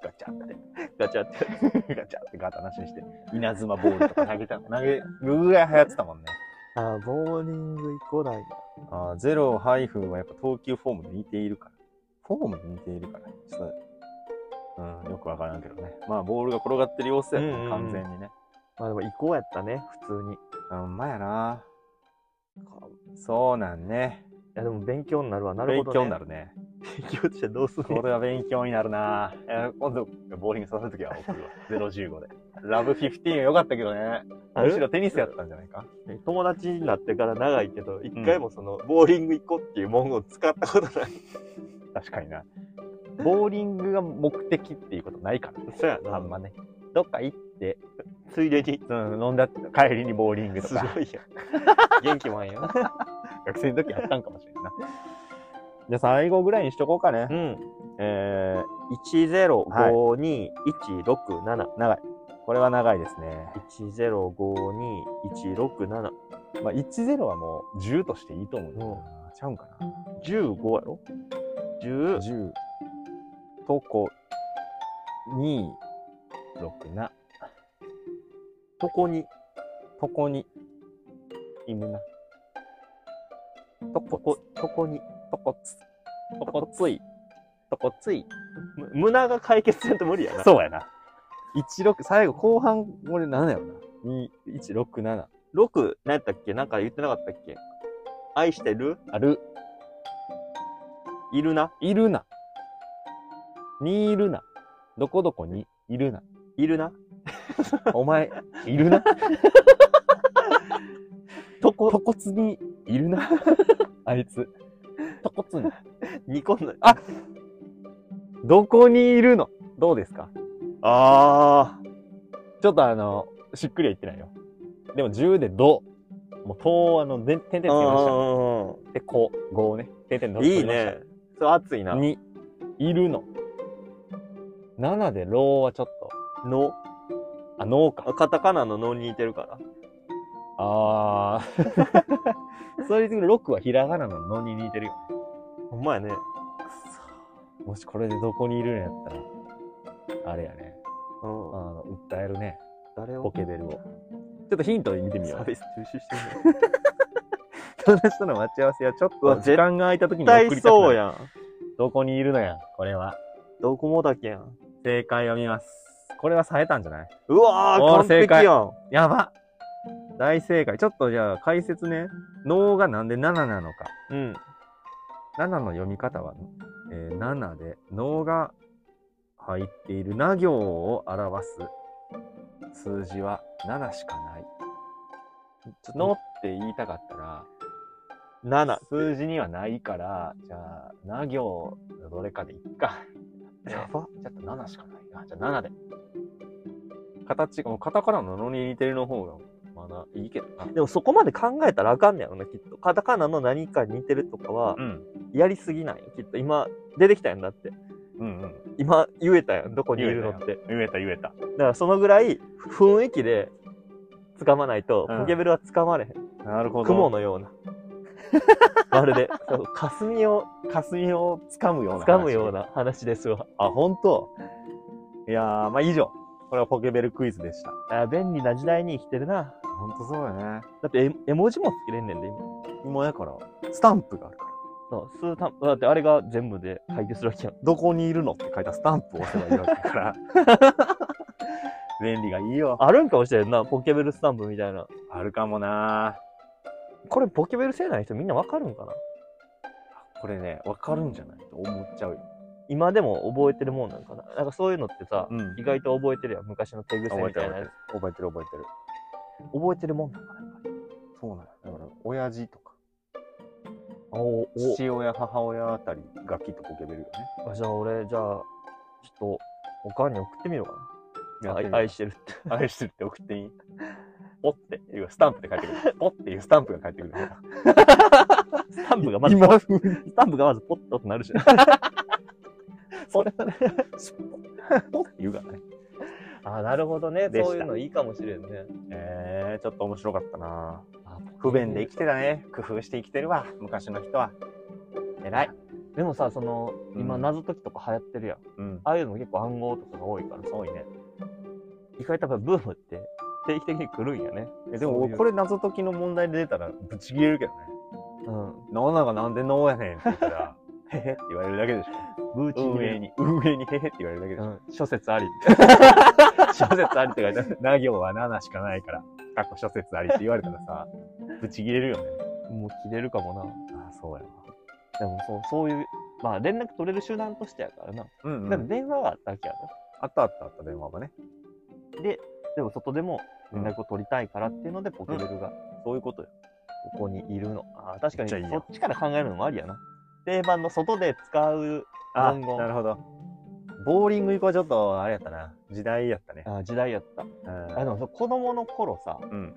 A: ガチャって。
B: ガチャって。
A: ガチャってガタなしにして、稲妻ボールとか投げた、投げるぐらい流行ってたもんね。
B: あ、ボーリング以降だよ。
A: あーゼロハイフンはやっぱ投球フォームに似ているから。フォームに似ているから。ちょっと、うん、よくわからんけどね。まあ、ボールが転がってる様子やもんね、
B: うんうんうん
A: 完全にね。
B: まあでも移行やったね、普通に。い
A: あほんまやな。そうなんね。
B: やでも勉強になるわ、なる
A: 勉
B: ほど、ね。
A: 強になるね。
B: 勉強してどうする
A: これは勉強になるな。えー今度、ボーリングさせるときは送るわ。015で。ラブ15は良かったけどね。むしろテニスやったんじゃないか。
B: 友達になってから長いけど、一回もその、ボーリング行こうっていう文言を使ったことない。
A: 確かにな。ボーリングが目的っていうことないからね。
B: そうや
A: あんまね。どっか行って、
B: ついでに。
A: うん、飲んだ、帰りにボーリングと
B: す
A: か、
B: ごいやん。 元気もんやな。
A: 学生の時やったんかもしれんな。じゃあ最後ぐらいにしとこうかね
B: う。ん。えー、1052167。
A: 長い。これは長いですね。
B: 1052167。
A: まあ、10はもう10としていいと思うんだよな。ちゃうんかな。
B: 15やろ ?10。
A: 10とこ2、6な。
B: とこに。
A: とこに、いむな。と
B: と
A: こ
B: こ、とこに。
A: つ、とこつ、とこつい、とこつい。
B: む胸が解決せんと無理やな。
A: そうやな。16、最後、後半、これ7やろな。2、1、6、7。
B: 6、何やったっけなんか言ってなかったっけ愛してる
A: ある、
B: いるない
A: るな。にいるな。どこどこにいるな。
B: いるな
A: お 前、いるな。
B: とこ、
A: とこつにいる な。あいつ。とこつに。
B: 2個になる。
A: あどこにいるのどうですか
B: あ
A: ちょっとあの、しっくりはいってないよ。でも10でど。もう、と、あの、で点
B: ー。
A: 々つけましたね。
B: あ
A: で、こ、ごね。点々の
B: あ。
A: つ
B: い
A: け
B: い
A: ました
B: ね。。それ熱いな。
A: に、いるの。7でろうはちょっと、
B: の。
A: あ、脳か。
B: カタカナののに似てるから。
A: あー。 それで6はひらがなののに似てるよね。
B: ほんまやね。
A: もしこれでどこにいるんやったら、あれやね。
B: うん
A: あ。の、訴えるね。
B: 誰を
A: ポケベルを。ちょっとヒント見てみよ
B: サ
A: う。
B: ービス中止してんの
A: 友達との待ち合わせはちょっ
B: うわ
A: と時間が空いた時に
B: 絶
A: 送りた
B: 対
A: くなる
B: そうやん。
A: どこにいるのやん、これは。
B: ドコモだけやん。
A: 正解を見ます。これは冴えたんじゃないう
B: わ
A: お
B: ー、
A: ー
B: 完璧やん。
A: やば大正解。ちょっとじゃあ解説ね。脳がなんで7なのか。
B: うん。
A: 7の読み方は、えー7で、脳が入っているな行を表す数字は7しかない。脳って言いたかったら、
B: 7。
A: 数字にはないから、じゃあ、な行のどれかでいっか。
B: やば。
A: ちょっと7しかないな。じゃあ7で。形が、もうカタカナののに似てるの方が、まだいいけどな。
B: でもそこまで考えたらあかんねやろな、きっと。カタカナの何かに似てるとかは、
A: ん。
B: やりすぎないきっと。今、出てきたやんだって。
A: うんうん。
B: 今、言えたやん。どこにいるのって。
A: 言えた言えた。
B: だからそのぐらい、雰囲気で、掴まないと、
A: うん
B: ポケベルは掴まれへん。
A: なるほど。
B: 雲のよう な。まるで、そう霞を
A: 霞をつかむような話。
B: 掴むよう。な話ですわ。
A: あ、ほんといやー、まあ以上。これはポケベルクイズでした。
B: あー便利な時代に生きてるな。
A: ほんとそうだね。
B: だって絵絵文字もつけれんねんで、今。
A: 今やから、スタンプがあるから。
B: そう、スータン、だってあれが全部で解決するわけやん。
A: どこにいるのって書いたスタンプを押せばいいわけだ から。便利がいいよ。
B: あるんかもしれんな、ポケベルスタンプみたいな。
A: あるかもな
B: これポケベル世代の人みんなわかるんかな
A: これね、わかるんじゃないと思っちゃうよ。
B: 今でも覚えてるもんなんかななんかそういうのってさ、
A: うん
B: 意外と覚えてるやん、昔の手癖みたいなやつ。
A: 覚えてる覚えてる。
B: 覚えてるもんなんかなやっぱり
A: そうなの。だから、親父とか、
B: おお
A: 父親、母親あたりがきっとポケベルよね。
B: あじゃあ俺、じゃあ、ちょっと、おかんに送ってみようかな。
A: やってみ
B: 愛
A: る
B: 愛してるって。
A: 愛してるって送っていいポっていうスタンプで返ってくる。ポっていうスタンプが返ってくる。
B: スタンプがまず、
A: 今風
B: スタンプがまずポッとなるし。 それはね。
A: ポって言うからね。
B: あ、なるほどね。
A: でした
B: そういうのいいかもしれんね。
A: えー、ちょっと面白かったな不便で生きてたね。工夫して生きてるわ。昔の人は。偉い。
B: でもさ、その、
A: うん
B: 今謎解きとか流行ってるやん。
A: うん。
B: ああいうのも結構暗号とかが多いからさ、
A: 多いね。
B: 意外とやっぱブームって定期的に来るんやね。
A: えでも
B: そうい
A: 俺
B: う
A: これ謎解きの問題で出たらぶち切れるけどね。
B: うん。
A: 脳なんかなんで脳やねんって言ったら、へへって言われるだけでし
B: ブーチ
A: ょ。運営
B: に。
A: に、運営にへへって言われるだけでしょ。
B: うん。
A: 諸説あり。 諸説ありって書いてあ る。な行は7しかないから、かっこ諸説ありって言われたらさ、ぶち切れるよね。
B: もう切れるかもな。
A: ああ、そうやわ。
B: でもそう、そういう、まあ連絡取れる手段としてやからな。
A: うん、
B: だって電話があったわけや
A: あったあったあった、電話がね。
B: ろ。で、でも外でも連絡を取りたいからっていうので、ポケベルが
A: そういうことよ。
B: ここにいるの。ああ、確かに
A: めっちゃいい
B: そ
A: やん
B: っちから考えるのもありやな。定番の外で使う
A: あ、
B: 文言
A: なるほど。ボーリング以降ちょっと、あれやったな。時代やったね。
B: あ時代やった。
A: うん
B: あでもそう子供の頃さ、
A: うん。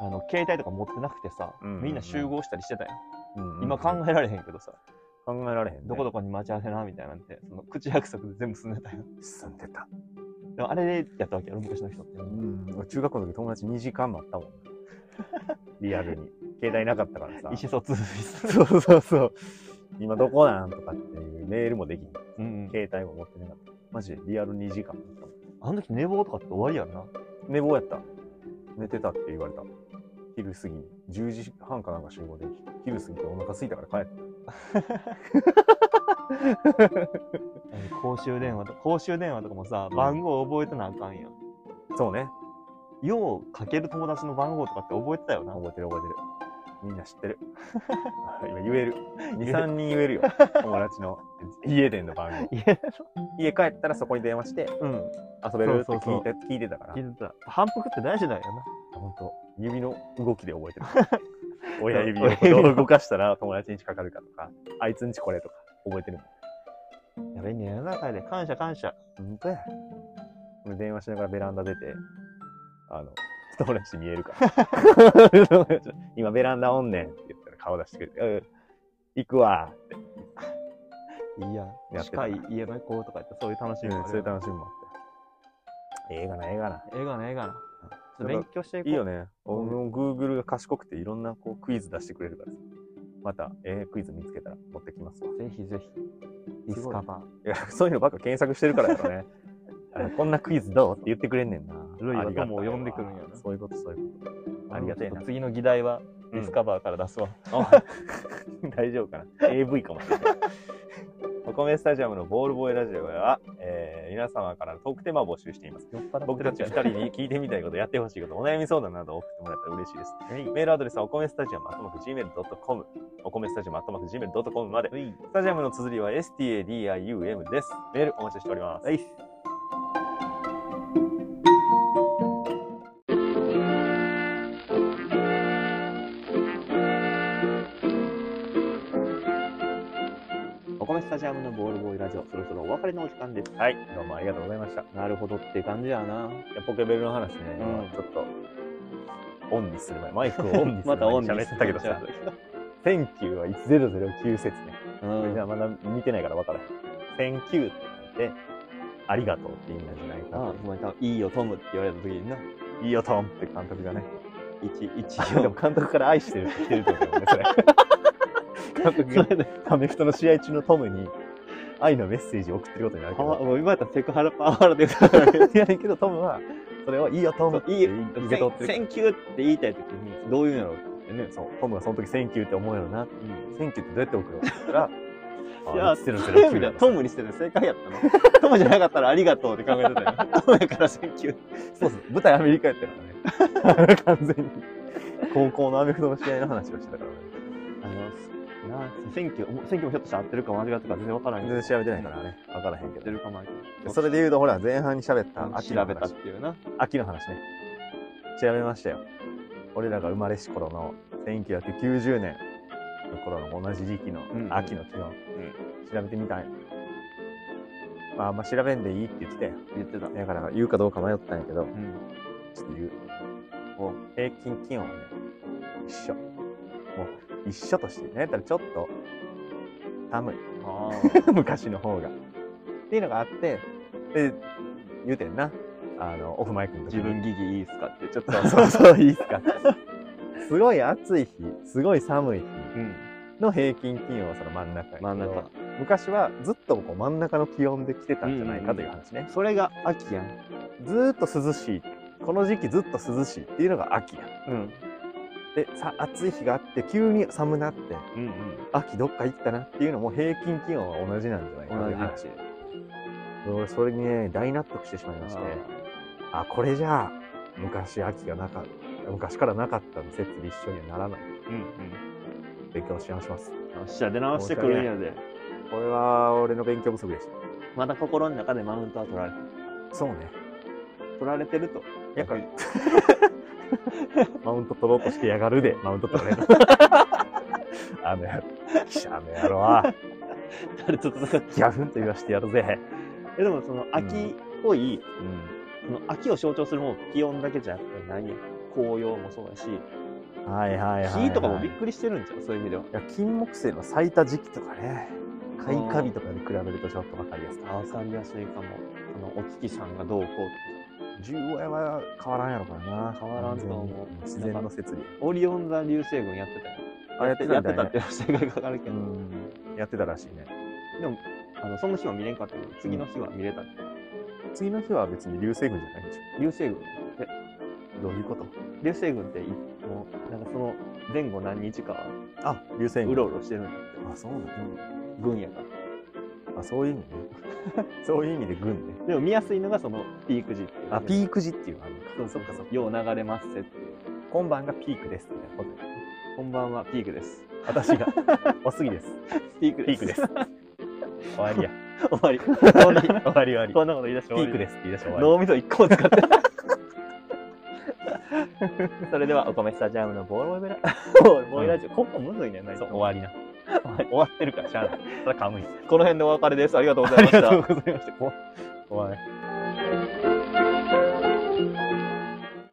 B: あの携帯とか持ってなくてさ、
A: うんうんうん
B: みんな集合したりしてたよ。
A: うん
B: 今考えられへんけどさ、
A: 考えられへん、ね。
B: どこどこに待ち合わせなみたいなんて、その口約束で全部済んでたよ。
A: 住んでた。
B: でもあれでやったわけやろ、昔の人って。
A: うん。中学校の時友達2時間待 ったもん。リアルに。携帯なかったからさ。
B: 意思疎通
A: そうそうそう。今どこなんとかっていうメールもできん。
B: うん、
A: 携帯も持ってなかった。マジでリアル2時間待ったもん。
B: あの時寝坊とかって終わりやんな。
A: 寝坊やった。寝てたって言われた。昼過ぎに。10時半かなんか集合で、昼過ぎてお腹空いたから帰った。
B: えー公衆電話と公衆電話とかもさ、番号覚えてなあかんやん。
A: そうね。
B: ようかける友達の番号とかって覚えてたよな。
A: 覚えてる覚えてる。みんな知って る。今言える。2、3人言える よ。友達の家での番号。
B: いや、
A: 家帰ったらそこに電話して、
B: うん。
A: 遊べるって
B: そうそう
A: 聞いて聞いてたから。
B: 聞いてた。反復って大事なんやな。
A: 本当指の動きで覚 えてる。親指
B: 親指
A: をどう動かしたら 友達にかかるかとか、あいつんちこれとか覚えてるもん。
B: やべえね、なかで感謝感謝。
A: 本当や。俺電話しながらベランダ出て、あの、友達見えるから。友 達今ベランダおんねんって言ったら顔出してくれて、うん行くわって。
B: いいや
A: や
B: ん
A: ってた
B: 近い家の子とか言ってそういう楽しみもあ
A: そう
B: る
A: い
B: よ
A: う楽しみもあって。映画な、映画な。
B: 映画な映画な。ちょっ
A: な
B: と
A: ん
B: 勉
A: か
B: 強していこう。
A: いいよね。俺も Google が賢くていろんなこうクイズ出してくれるからさ。また、えークイズ見つけたら持ってきますわ。
B: ぜひぜひ。ディスカバー。
A: いや そういうのばっか検索してるからやろ ね。あのこんなクイズどうって言ってくれんねんな。
B: ルイは
A: ありがたいわ
B: 友を呼んでくるんやな
A: そういうこと、そういうこと。ありがてえな
B: ちょっと次の議題はディスカバーから出すわ。
A: あ 大丈夫かな ?AV かもしれ ない。お米スタジアムのボールボーイラジオは、えー皆様からのトークテーマを募集しています。
B: 酔っ払ってる
A: 僕たち2人に聞いてみたいこと、やってほしいこと、お悩み相談などを送ってもらったら嬉しいです。メールアドレスはお米スタジアム、あとまく gmail.com、お米スタジアム、あとまく gmail.com まで。
B: うい。
A: スタジアムの綴りは stadium です。メールお待ちしております。
B: はい。お米スタジアムのボールボーイラジオ、そろそろお別れのお時間です。
A: はい、どうもありがとうございました。
B: なるほどって感じやな。
A: いやポケベルの話ね、
B: うん
A: 今ちょっと、オンにする前、マイクをオ ンにする
B: また
A: 前
B: オン
A: に
B: に
A: 喋ってたけどさ、1009は1009説ね。
B: う
A: これじゃ
B: ん。
A: あまだ見てないから分からへん。1009って言って、ありがとうって意味なんじゃないか
B: あ
A: な
B: あ、。お前多分いいよ、トムって言われた時にな。
A: いいよ、トンって監督がね。
B: 1、
A: あ
B: 1
A: でも
B: よ。
A: 監督から愛してるって来てるってことだよね、それ。監督
B: そ
A: が
B: れで、
A: アメフトの試合中のトムに愛のメッセージを送ってることになるけ
B: パワー
A: ど。
B: もう今やったらセクハラパワハラで言うからね
A: いやねんけど、トムは、それをいいよ、トムって
B: いいよ
A: 受け取ってるから
B: センキューって言いたい時に、どういうんやろうってね。、
A: そう、トムがその時、センキューって思うやろな。センキューってどうやって送るのって言ったら
B: いや、
A: ゼロ
B: ト
A: ゼ
B: ム
A: ロ九
B: みたい
A: だ
B: な。トムにしてる正解やったの。トムじゃなかったらありがとうって考えてたよ。トムやからセンキュー。
A: そうそう、舞台アメリカやったからね。完全に。高校のアメフトの試合の話をしてたからね。
B: あの、なセンキュー、センキューもひょっとしたら合ってるか間違ってるか全然わからない
A: 全
B: けど。
A: 然調べてないからね、わからへん
B: 合
A: け
B: って
A: ど。
B: るかも
A: それで言うと、ほら、前半に喋った秋の
B: 調べたっ
A: 話
B: ていうな。
A: 秋の話ね。調べましたよ。俺らが生まれし頃の1990年の頃の同じ時期の
B: うん
A: 秋の気温、調べてみたい。まあ、あんま調べんでいいって言ってたよ。
B: 言ってた。
A: だから言うかどうか迷ったんやけど、
B: うん。
A: ちょっと言う。
B: お
A: 平均気温はね、一緒。もう、一緒として、なんやったらちょっと、寒い。
B: あ
A: 昔の方が。っていうのがあって、で、言うてんな。あの、オフマイクの時
B: 自
A: に
B: 分ギギいいっすかって、ちょっ と。
A: そうそう、いいっすか。すごい暑い日、すごい寒い日
B: うん。
A: の平均気温はその真ん中やけど
B: 真ん中。
A: 昔はずっとこう真ん中の気温で来てたんじゃないかという話ね。
B: それが秋やん。
A: ずーっと涼しい。この時期ずっと涼しいっていうのが秋や。
B: うん。
A: でさ暑い日があって急に寒なって
B: うんうん。
A: 秋どっか行ったなっていうのも平均気温は同じなんじゃないかなって話で俺それにね大納得してしまいましてあこれじゃあ昔秋がなかった昔からなかったの説で一緒にはならない
B: うんうん。
A: 勉強し直します
B: よっしゃ、出直してくるんやで。
A: これは俺の勉強不足でし
B: まだ心の中でマウントは取られてる。
A: たそうね
B: 取られてると。
A: やっぱりマウント取ろうとしてやがる でマウント取られるあの野郎あの野郎は
B: 誰と戦って
A: ギャフンと言わしてやるぜ、
B: えでもその秋っぽい、
A: う
B: その秋を象徴するもん気温だけじゃやっぱりないやん紅葉もそうだし、
A: ん、はいはいはい、はい、
B: 木とかもびっくりしてるんじゃんそういう意味ではい
A: や金木犀の咲いた時期とかね開花日とかで比べるとちょっと分かりやすか
B: あ分かりやすいかもそのお月さんがどうこ
A: 十五夜は変わらんやろからな
B: 変わらんと思う
A: 自然の説理
B: うオリオン座流星群やってたよ
A: あやってた
B: や
A: ん
B: っ
A: だ
B: て
A: ね
B: たって正解がかかるけ
A: う
B: ど、
A: んやってたらしいね
B: でもあのその日は見れんかったけど次の日は見れた、
A: 次の日は別に流星群じゃないでし
B: 流星群
A: ょどういうこと
B: 流星群っていもうなんかその前後何日かは
A: あ流星群
B: うろうろしてるんだって
A: あそうなんだ、
B: 群やから
A: あそういう意味ねそういう意味で群ね
B: でも見やすいのがそのピーク時っていう
A: あピーク時っていうのがあるのか
B: そうそうそうよう流れますせっていう
A: 今晩がピークですみたいなこと
B: こんばんは、ピークです。
A: 私がおすぎです
B: ピーク
A: ピ
B: で
A: ー
B: す。
A: ク です。終わりや
B: 終わり。
A: 終
B: 終
A: わ
B: わ
A: り
B: り。
A: 終わり終わり
B: こんなこと言い出して
A: ピ
B: 終
A: ー
B: わり
A: クですって言い出したら終わり
B: 脳みそ一個も使って ない。それでは、お米スタジアムのボールボーイベラ、ボールボーイラジオ。ここむずいね、ない
A: そう終わりな。終わってるからしゃあない。それは寒い。
B: この辺でお別れです。ありがとうござ
A: あ
B: い
A: り
B: まし
A: が
B: た
A: とう。ございました。おお前。